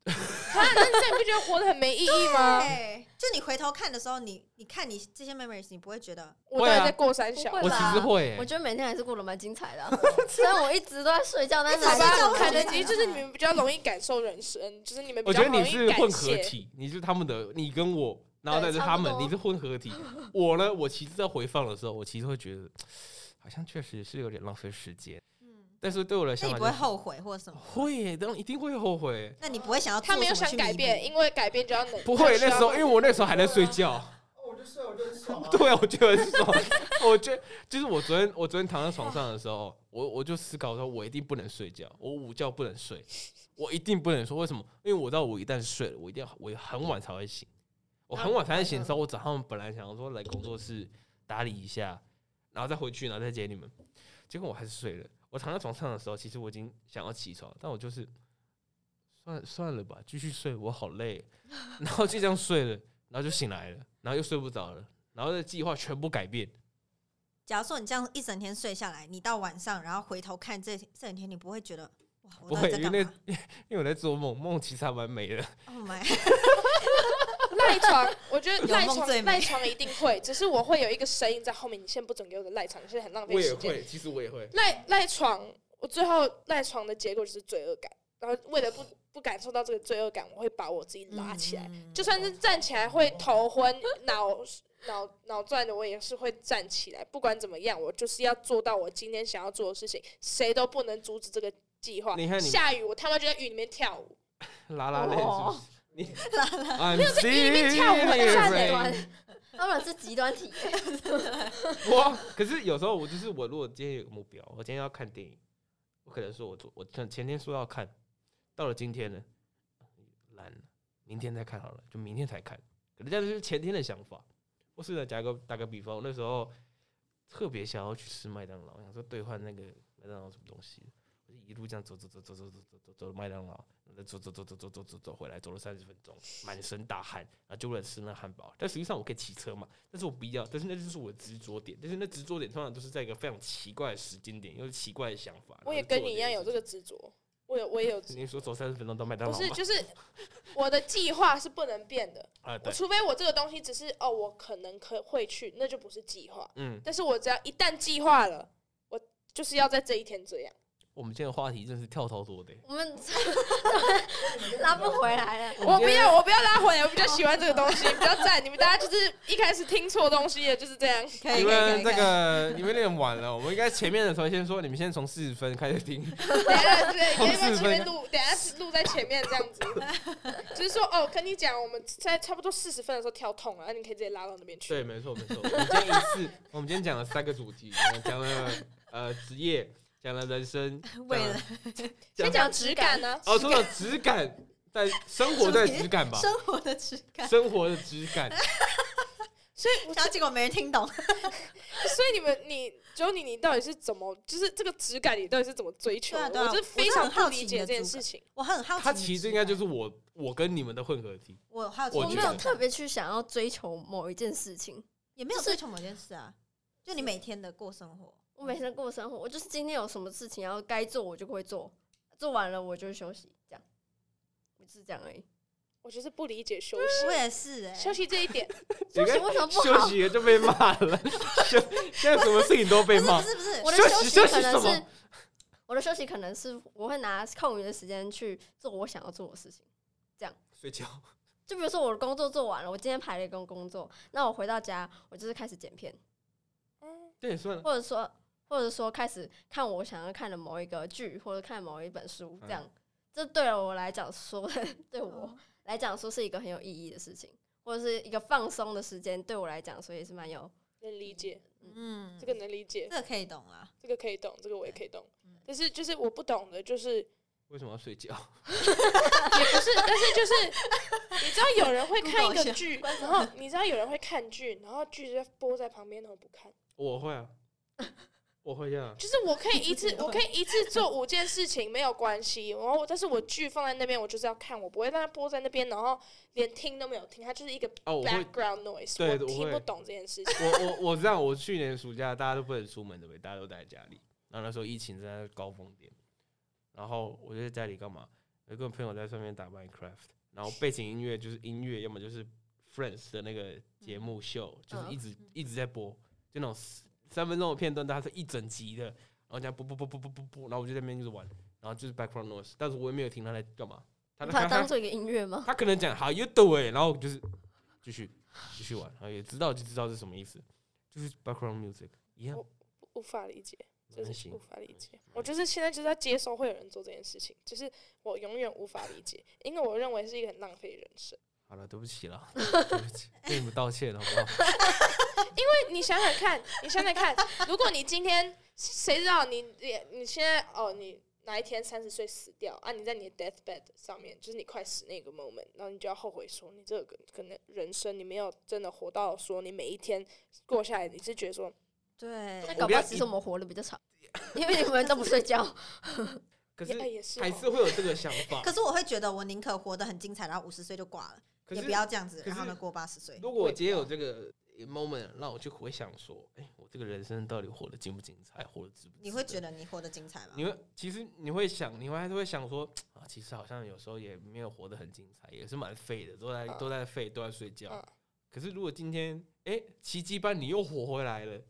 S1: 那你这样不觉得活得很没意义吗？
S2: 对，就你回头看的时候，你你看你这些 memories，你不会啊觉得
S1: 我到底在过三小
S4: 不？会
S3: 我其实会、
S4: 哎我
S3: 欸，
S4: 觉得每天还是过得蛮精 彩的啊、虽然我一直都在睡觉，但是
S1: 好
S4: 还
S2: 一直在
S1: 吧，
S4: 是
S2: 我睡觉
S1: 可
S4: 看
S1: 能
S4: 得
S1: 其
S4: 清
S1: 实就是你们比较容易感受人生，就是你们比
S3: 我
S1: 较
S3: 觉得
S1: 容
S3: 你
S1: 易
S3: 是
S1: 感
S3: 混合
S1: 谢。
S3: 体，你是他们的，你跟我，然后
S4: 对
S3: 再是
S4: 差
S3: 他
S4: 不
S3: 们，
S4: 多
S3: 你是混合体。我呢，我其实在回放的时候，我其实会觉得，好像确实是有点浪费时间。
S2: 嗯，
S3: 但是对我来
S2: 那
S3: 想
S2: 你
S3: 法
S2: 不
S3: 就
S2: 会
S3: 是，
S2: 后悔或什么？
S3: 会耶，当然一定会后悔。
S2: 那你不会想要
S1: 他没有想改变，因为改变就要能
S3: 不会，那时候因为我那时候还在睡觉。
S5: 哦我就睡，我就爽啊。
S3: 对，我觉得很爽。我觉得就是我昨天，我昨天躺在床上的时候，我我就思考说，我一定不能睡觉，我午觉不能睡，我一定不能说为什么？因为我知道我一旦睡了，我一定要我很晚才会醒。我很晚才会醒的时候，我早上本来想说来工作室打理一下，然后再回去，然后再接你们。结果我还是睡了。我躺在床上的时候，其实我已经想要起床，但我就是算算了吧，继续睡，我好累。然后就这样睡了，然后就醒来了，然后又睡不着了。然后这计划全部改变。
S2: 假如说你这样一整天睡下来，你到晚上然后回头看这这整天，你不会觉得哇，我
S3: 不
S2: 到底
S3: 会，
S2: 在
S3: 因
S2: 干
S3: 为
S2: 嘛
S3: 那因为我在做梦，梦其实还蛮美的。
S2: ？Oh my！
S1: 赖床，我觉得
S2: 有
S1: 赖
S2: 梦最
S1: 床
S2: 美
S1: 赖床一定会，只是我会有一个声音在后面，你现在不准给我赖床，你现在很浪费时间。，
S3: 其实我也会。
S1: 赖赖床，我最后赖床的结果就是罪恶感，然后为了不不感受到这个罪恶感，我会把我自己拉起来，
S2: 嗯
S1: 就算是站起来会头昏、脑脑脑转的，我也是会站起来。不管怎么样，我就是要做到我今天想要做的事情，谁都不能阻止这个计划。
S3: 你看你
S1: 下雨，我他妈就在雨里面跳舞，
S3: 拉拉链是不
S4: 哦
S3: 是？你 拉拉没有
S1: 在里面跳舞很
S4: 下
S1: 赞
S4: 极
S1: 欸
S4: 端，他们是极端体验。
S3: 我可是有时候我就是我，如果今天有个目标，我今天要看电影，我可能说我昨我前前天说要看，到了今天呢，呃懒了，明天再看好了，就明天才看。可能这样就是前天的想法。我试着打个打个比方，我那时候特别想要去吃麦当劳，我想说兑换那个麦当劳什么东西，我就一路这样走走走走走走走走走麦当劳，然后再走走走走走走走走回来，走了三十分钟，满身大汗，然后就为了吃那汉堡。但实际上我可以骑车嘛，但是我不要，但是那就是我的执着点，但是那执着点通常都是在一个非常奇怪的时间点，又是奇怪的想法。
S1: 我也跟你一样有这个执着，我有我也有执。
S3: 你说走三十分钟到麦当
S1: 不
S3: 劳
S1: 是，
S3: 吗
S1: 就是我的计划是不能变的，
S3: 啊，
S1: 我
S3: 对，
S1: 除非我这个东西只是哦，我可能可会去，那就不是计划。
S3: 嗯，
S1: 但是我只要一旦计划了，我就是要在这一天这样。
S3: 我们今天的话题真是跳超多的。
S4: 我们 拉不回来
S2: 嗯
S4: 了。
S1: 我不要，我不要拉回来，我比较喜欢这个东西，比较赞。你们大家就是一开始听错东西了，就是这 样。
S2: 可以可以
S3: 你
S2: 可
S3: 们
S2: 以，
S3: 这
S2: 可以
S3: 个你们有点晚了，我们应该前面的时候先说，你们先从四十分开始听。
S1: 等一下，对，
S3: 同
S1: 因
S3: 事
S1: 为前面录，等一下录在前面这样子。 就是说，哦，跟你讲，我们在差不多四十分的时候跳痛了，那你可以直接拉到那边去。
S3: 对，没错没错。我们今天一次，我们今天讲了三个主题，我们讲了呃职业，讲了人生，
S2: 为了
S1: 先
S3: 讲
S1: 讲质感啊
S2: 啊
S1: 呢、
S3: 哦，说到质感，在生活在质感吧，
S2: 生活的质感，
S3: 生活的质 感。
S1: 所以我
S2: 然后结果没人听懂。
S1: 所以你们，你只有你，你到底是怎么，就是这个质感，你到底是怎么追求的？
S2: 对啊对啊
S1: 我就非
S2: 我
S1: 常
S2: 真的很
S1: 不
S2: 好奇
S1: 理
S2: 你的
S1: 解这件
S2: 质
S1: 事
S2: 感
S1: 情。
S2: 我很好奇，
S3: 它其实应该就是我我跟你们的混合体，
S2: 我好奇你
S3: 我
S2: 的
S4: 我
S2: 质
S3: 觉
S4: 没
S2: 感，
S3: 得
S4: 有特别去想要追求某一件事情，
S2: 也没有
S4: 就是
S2: 追求某件事啊，就你每天的过生活，
S4: 我每天过生活，我就是今天有什么事情要该做我就会做，做完了我就休息，这样，我就是这样而已。
S1: 我就是不理解休
S2: 我
S1: 息，
S2: 也是哎、
S1: 休息这一点，
S4: 休息为什么不
S3: 休
S4: 好？
S3: 息了就被骂了， 休现在什么事情都被
S2: 不是
S3: 骂
S2: 不。是不是，
S4: 我的
S3: 休息
S4: 息
S3: 休
S4: 可
S3: 息
S4: 能
S3: 什么
S4: 是我的休息可能是我会拿空余的时间去做我想要做的事情。
S3: 睡觉，
S4: 就比如说我的工作做完了，我今天排了一个工作，那我回到家，我就是开始剪片，
S1: 嗯，
S3: 这也算了。
S4: 或者说或者说开始看我想要看的某一个剧，或者看某一本
S3: 嗯
S4: 书，这样，这对我来讲说， 对我来讲说是一个很有意义的事情，或者是一个放松的时间，对我来讲说也是蛮有。
S1: 能理解，
S2: 嗯，
S1: 这个能理解
S2: 这，个可以懂啊，
S1: 这个可以懂，这个我也可以懂
S2: 嗯。
S1: 但是就是我不懂的，就是也
S3: 为什么要睡觉？
S1: 不是，但是就是你知道有人会看一
S2: Google 一下，
S1: 个剧，然后你知道有人会看剧，然后剧就播在旁边，然后不看。
S3: 我会 啊，我会这样。啊
S1: 就是我可以一次 我可以一次做五件事情没有关系，然后但是
S2: 嗯
S1: 我剧放在那边，我就是要看，我不会让它播在那边，然后连听都没有听，它就是一个
S3: 哦，我会
S1: background noise，
S3: 对我
S1: 听
S3: 会
S1: 不懂这件事情。
S3: 我我我知道，我去年暑假大家都不能出门，对不对？大家都待在家里。然后那时候疫情正在高峰点，然后我就在家里干嘛？我就跟朋友在上面打 Minecraft，然后背景音乐就是音乐，要么就是 Friends 的那个节目秀，就是
S4: 嗯
S3: 一直一直在播，就那种三三分钟的片段，但它是一整集的，然后这样播播播播播播播，然后我就在那边就是玩，然后就是 background noise，但是我也没有听他在干嘛，他
S4: 你把它
S3: 他
S4: 当
S3: 他
S4: 做一个音 乐吗？
S3: 他可能讲好 you do it，然后我就是继续继续玩，然后也知道就知道是什么意思，就是 background music 一
S2: 哦
S3: 样，
S1: 无法理解，就
S3: 蛮
S1: 是
S3: 行
S1: 无法理解。我就是现在就是要接受会有人做这件事情，就是我永远无法理解，因为我认为是一个很浪费人生。
S3: 好了，对不起了，对不起，对你们道歉好 不好？
S1: 对你想想看，你想想看，如果你今天谁知道你你你现在哦你。哪一天三十岁死掉啊？你在你的 deathbed 上面，就是你快死那个 moment，然后你就要后悔说，你这个可能人生你没有真的活到说，你每一天过下来，你是觉得说，
S2: 对
S4: 那
S3: 我
S4: 搞
S3: 不
S4: 不
S3: 要
S4: 好
S3: 一
S4: 其实我们活得比 较长，因为你们都不睡觉。
S3: 可
S1: 也、
S3: 是
S1: 哎也是、哦，
S3: 还是会有这个想法
S2: 可。是我会觉得，我宁可活得很精彩，然后五十岁就挂了，
S3: 可
S2: 也
S3: 是
S2: 不要这样子，
S3: 可是
S2: 然后呢过八十岁。
S3: 如果我今天有这个 moment，让我去回想说，哎、我这个人生到底活得精不精彩，活得值不值？
S2: 你会觉
S3: 得？
S2: 得你活得精彩
S1: 啊
S2: 吗？
S3: 你会其实你会想，你会还是会想说啊，其实好像有时候也没有活得很精彩，也是蛮废的，都在、
S1: 嗯
S3: 都在废，都在睡觉。
S1: 嗯
S3: 可是如果今天哎、奇迹般你又活回来了，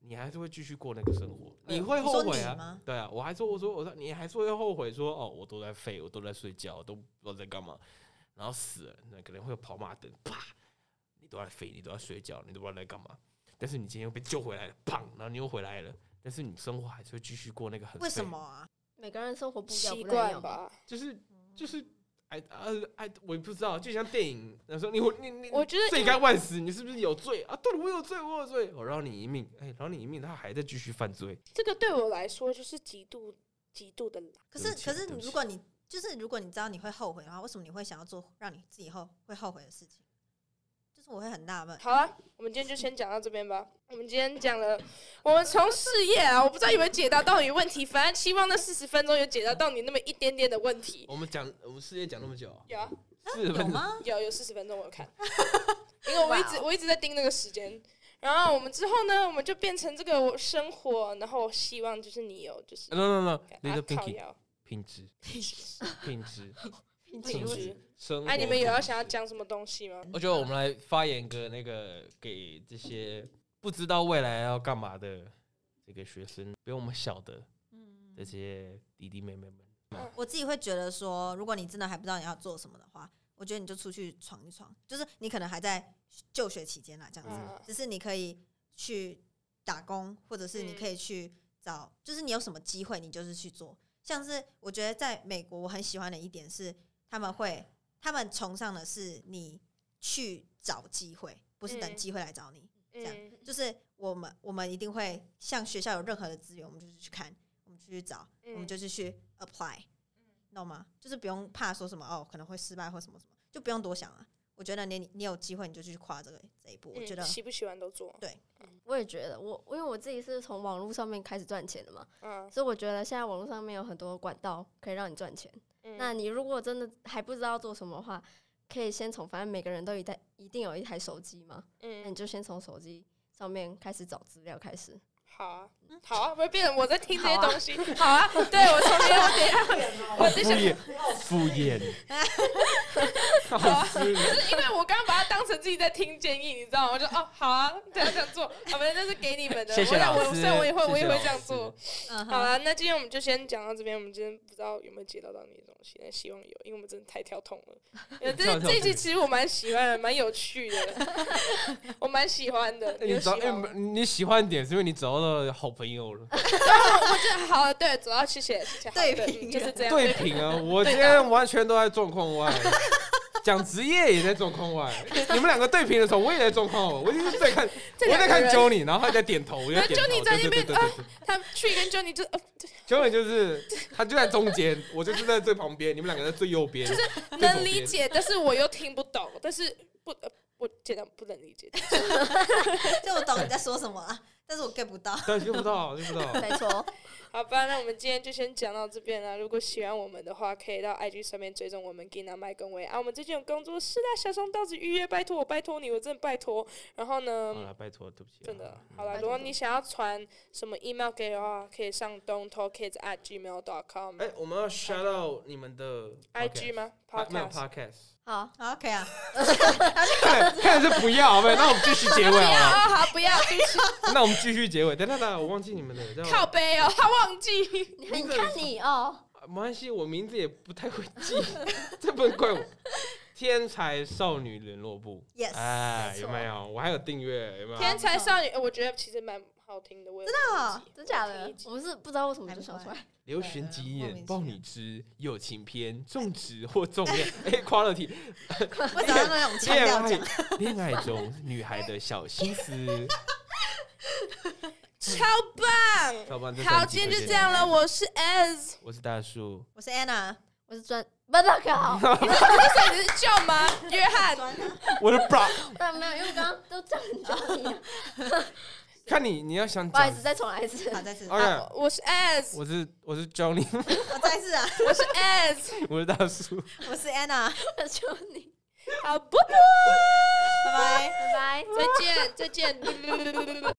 S3: 你还是会继续过那个生活，
S1: 哎
S3: 你
S1: 呦
S3: 会
S2: 你说
S3: 后悔
S2: 你
S3: 啊？
S2: 吗？
S3: 对啊，我还说我说我说你还是会后悔说哦，我都在废，我都在睡觉，都不知道在干嘛，然后死了，那可能会有跑马灯，啪，你都在废，你都在睡觉，你都不知道在干嘛。但是你今天又被救回来了，砰，然后你又回来了，但是你生活还是会继续过那个很
S2: 为什
S3: 废
S2: 么？啊？
S4: 每个人生活步调
S1: 习
S4: 不太一
S1: 惯
S4: 样吧？
S1: 吧？
S3: 就是就是。哎啊哎，我也不知道，就像电影，他说你我你你，
S1: 我觉得
S3: 罪
S1: 因为
S3: 该万死，你是不是有罪啊？对，我有罪，我有罪，我饶你一命，哎，饶你一命，他还在继续犯罪，
S1: 这个对我来说就是极度极度的懒，
S2: 可是
S3: 对不起
S2: 可是
S3: 对不
S2: 你
S3: 起
S2: 如果你就是如果你知道你会后悔的话，为什么你会想要做让你自己后会后悔的事情？就是我会很纳闷。
S1: 好啊，我们今天就先讲到这边吧。我们今天讲了，我们从事业啊，我不知道有没有解答到你的问题，反正希望那四十分钟有解答到你那么一点点的问题。
S3: 我们讲，我们事业讲那么久啊，
S1: 有啊
S3: 四
S2: 有
S3: 分钟，
S2: 吗？
S1: 有有四十分钟，我有 看，因为我一
S2: 哦
S1: 直我一直在盯那个时间。然后我们之后呢，我们就变成这个生活，然后希望就是你有就是
S3: 啊。no no no，那
S1: 啊
S3: 个
S1: 靠
S3: Pinky
S1: 腰，
S3: 品质，品质，
S4: 品
S1: 质
S3: 品质，生活。
S1: 哎、你们有要想要？讲什么东西吗？
S3: 我觉得我们来发言个那个给这些不知道未来要干嘛的这个学生，比我们小的
S2: 嗯
S3: 这些弟弟妹妹们。
S2: 我自己会觉得说，如果你真的还不知道你要做什么的话，我觉得你就出去闯一闯，就是你可能还在就学期间啦，啊这样子，
S1: 嗯
S2: 只是你可以去打工，或者是你
S1: 嗯
S2: 可以去找，就是你有什么机会，你就是去做。像是我觉得在美国，我很喜欢的一点是，他们会他们崇尚的是你去找机会，不是等
S1: 嗯
S2: 机会来找你。这样
S1: 嗯
S2: 就是我们我们一定会像学校有任何的资源，我们就是去看，我们就去找，
S1: 嗯
S2: 我们就是去 apply，懂吗？就是不用怕说什么哦，可能会失败或什么什么，就不用多想了。啊我觉得你你有机会你就去跨这个这一步，我觉得
S1: 嗯、喜不喜欢都做。
S4: 我也觉得，我因为我自己是从网络上面开始赚钱的嘛，
S1: 嗯，
S4: 所以我觉得现在网络上面有很多管道可以让你赚钱。
S1: 嗯
S4: 那你如果真的还不知道做什么的话，可以先从反正每个人都一台一定有一台手机嘛，那
S1: 嗯
S4: 你就先从手机上面开始找资料开始。
S1: 好啊，好啊，不会变成我在听这些
S4: 好啊
S1: 东西。 好啊，对我从今 我等一下，我等一下，
S3: 衍，敷 衍，好敷衍。
S1: 因为我刚刚把它当成自己在听建议，你知道吗？我就哦，好啊，对，这样做，啊，反正这是给你们的。
S3: 谢谢老
S1: 我
S3: 师
S1: 我虽然我也会，
S3: 谢谢
S1: 我也
S3: 老
S1: 会
S3: 师
S1: 这样做。
S2: 嗯
S1: 好啊
S2: 哼，
S1: 了，那今天我们就先讲到这边。我们今天不知道有没有解答到你的东西，但希望有，因为我们真的太跳痛了。 呃，这这一集其实我蛮喜欢的，蛮有趣的， 我蛮喜欢的。
S3: 你
S1: 有喜
S3: 找
S1: 欢吗
S3: 哎，你喜欢点是因为你找到好朋友了，
S1: 好，啊对，主要谢谢谢谢。好
S2: 对
S1: 对，嗯
S2: 平
S1: 就是这样。
S3: 对平 啊！我今天完全都在状况外，讲职业也在状况外。你们两个对平的时候，我也在状况外，我就是在看，
S1: 这
S3: 我
S1: 两
S3: 在
S1: 个
S3: 看
S1: 人
S3: Johnny，然后他在点头，我就点头。
S1: Johnny 在那边啊
S3: 对对对对对
S1: 他去跟 Johnny 就呃
S3: 对，Johnny 就是他就在中间，我就是在最旁边，你们两个在最右边，就是
S1: 能理。解，但是我又听不懂，但是不呃我尽量不能理解。
S2: 啊就我懂你在说什么了，但是我 get 不到。
S3: 但是用不到，用不到。
S4: 没错，
S1: 好吧，那我们今天就先讲到这边了。如果喜欢我们的话，可以到 IG 上面追踪我们 Gina 麦跟维啊。我们最近有工作室啦，小松到此预约，拜托我，拜托你，我真的拜托。然后呢，
S3: 好了，拜托，对不起啊，
S1: 真的，
S3: 嗯
S1: 好了，
S4: 拜
S1: 如果
S4: 托
S1: 你想要传什么 email 给我的话，可以上 don't talk kids at gmail dot com。
S3: 哎、我们要 shout out 你们的
S1: IG 吗
S3: podcast？啊没有
S1: ？Podcast。
S3: podcast，
S4: 好，
S2: 好可以啊，
S3: 看 看是不要，好不好？那我们继续结尾好
S4: 好
S3: 了，
S4: 啊好不要，
S3: 那我们继续结尾。等等等，我忘记你们的，叫
S1: 靠背哦，他忘记。
S4: 你你看你哦，
S3: 没关系，我名字也不太会记， 这不能怪我。天才少女联络部
S2: Yes，
S3: 哎，
S2: 没
S3: 有
S2: 错
S3: 没有？我还有订阅，有没有？
S1: 天才少女，呃我觉得其实蛮好听的，我真
S2: 的哦
S4: 真假的？我们是不知道为什么就想出来，
S3: 刘璇吉
S2: 莫
S3: 演
S2: 名其妙
S3: 爆你之友情篇，种植或重量，哎，quality
S2: 我找到那种腔
S3: 恋
S2: 调
S3: 爱
S2: 讲，
S3: 恋爱中女孩的小心思。
S1: 超棒。
S3: 要不然这
S1: 好，
S3: 三集
S1: 今天就
S3: 推荐
S1: 这样了，我是 S，
S3: 我是大树，
S2: 我是 Anna，
S4: 我是专不那个好，
S1: 所以你是舅妈约翰。
S3: 我的 bra，
S4: 但没有，因为刚刚都叫你叫你，
S3: 看你你要想
S4: 不好意
S3: 讲
S4: 思，再重来一次。
S2: 好，再次，
S3: ，OK，
S1: 好我是 S，
S3: 我是我是 Johnny，
S2: 我再次啊，
S1: 我是 S，
S3: 我是大树。
S2: 我是 Anna，
S4: 我 求你，
S1: 好，啵啵，
S2: 拜拜。
S4: 拜拜。
S1: 再见，再见。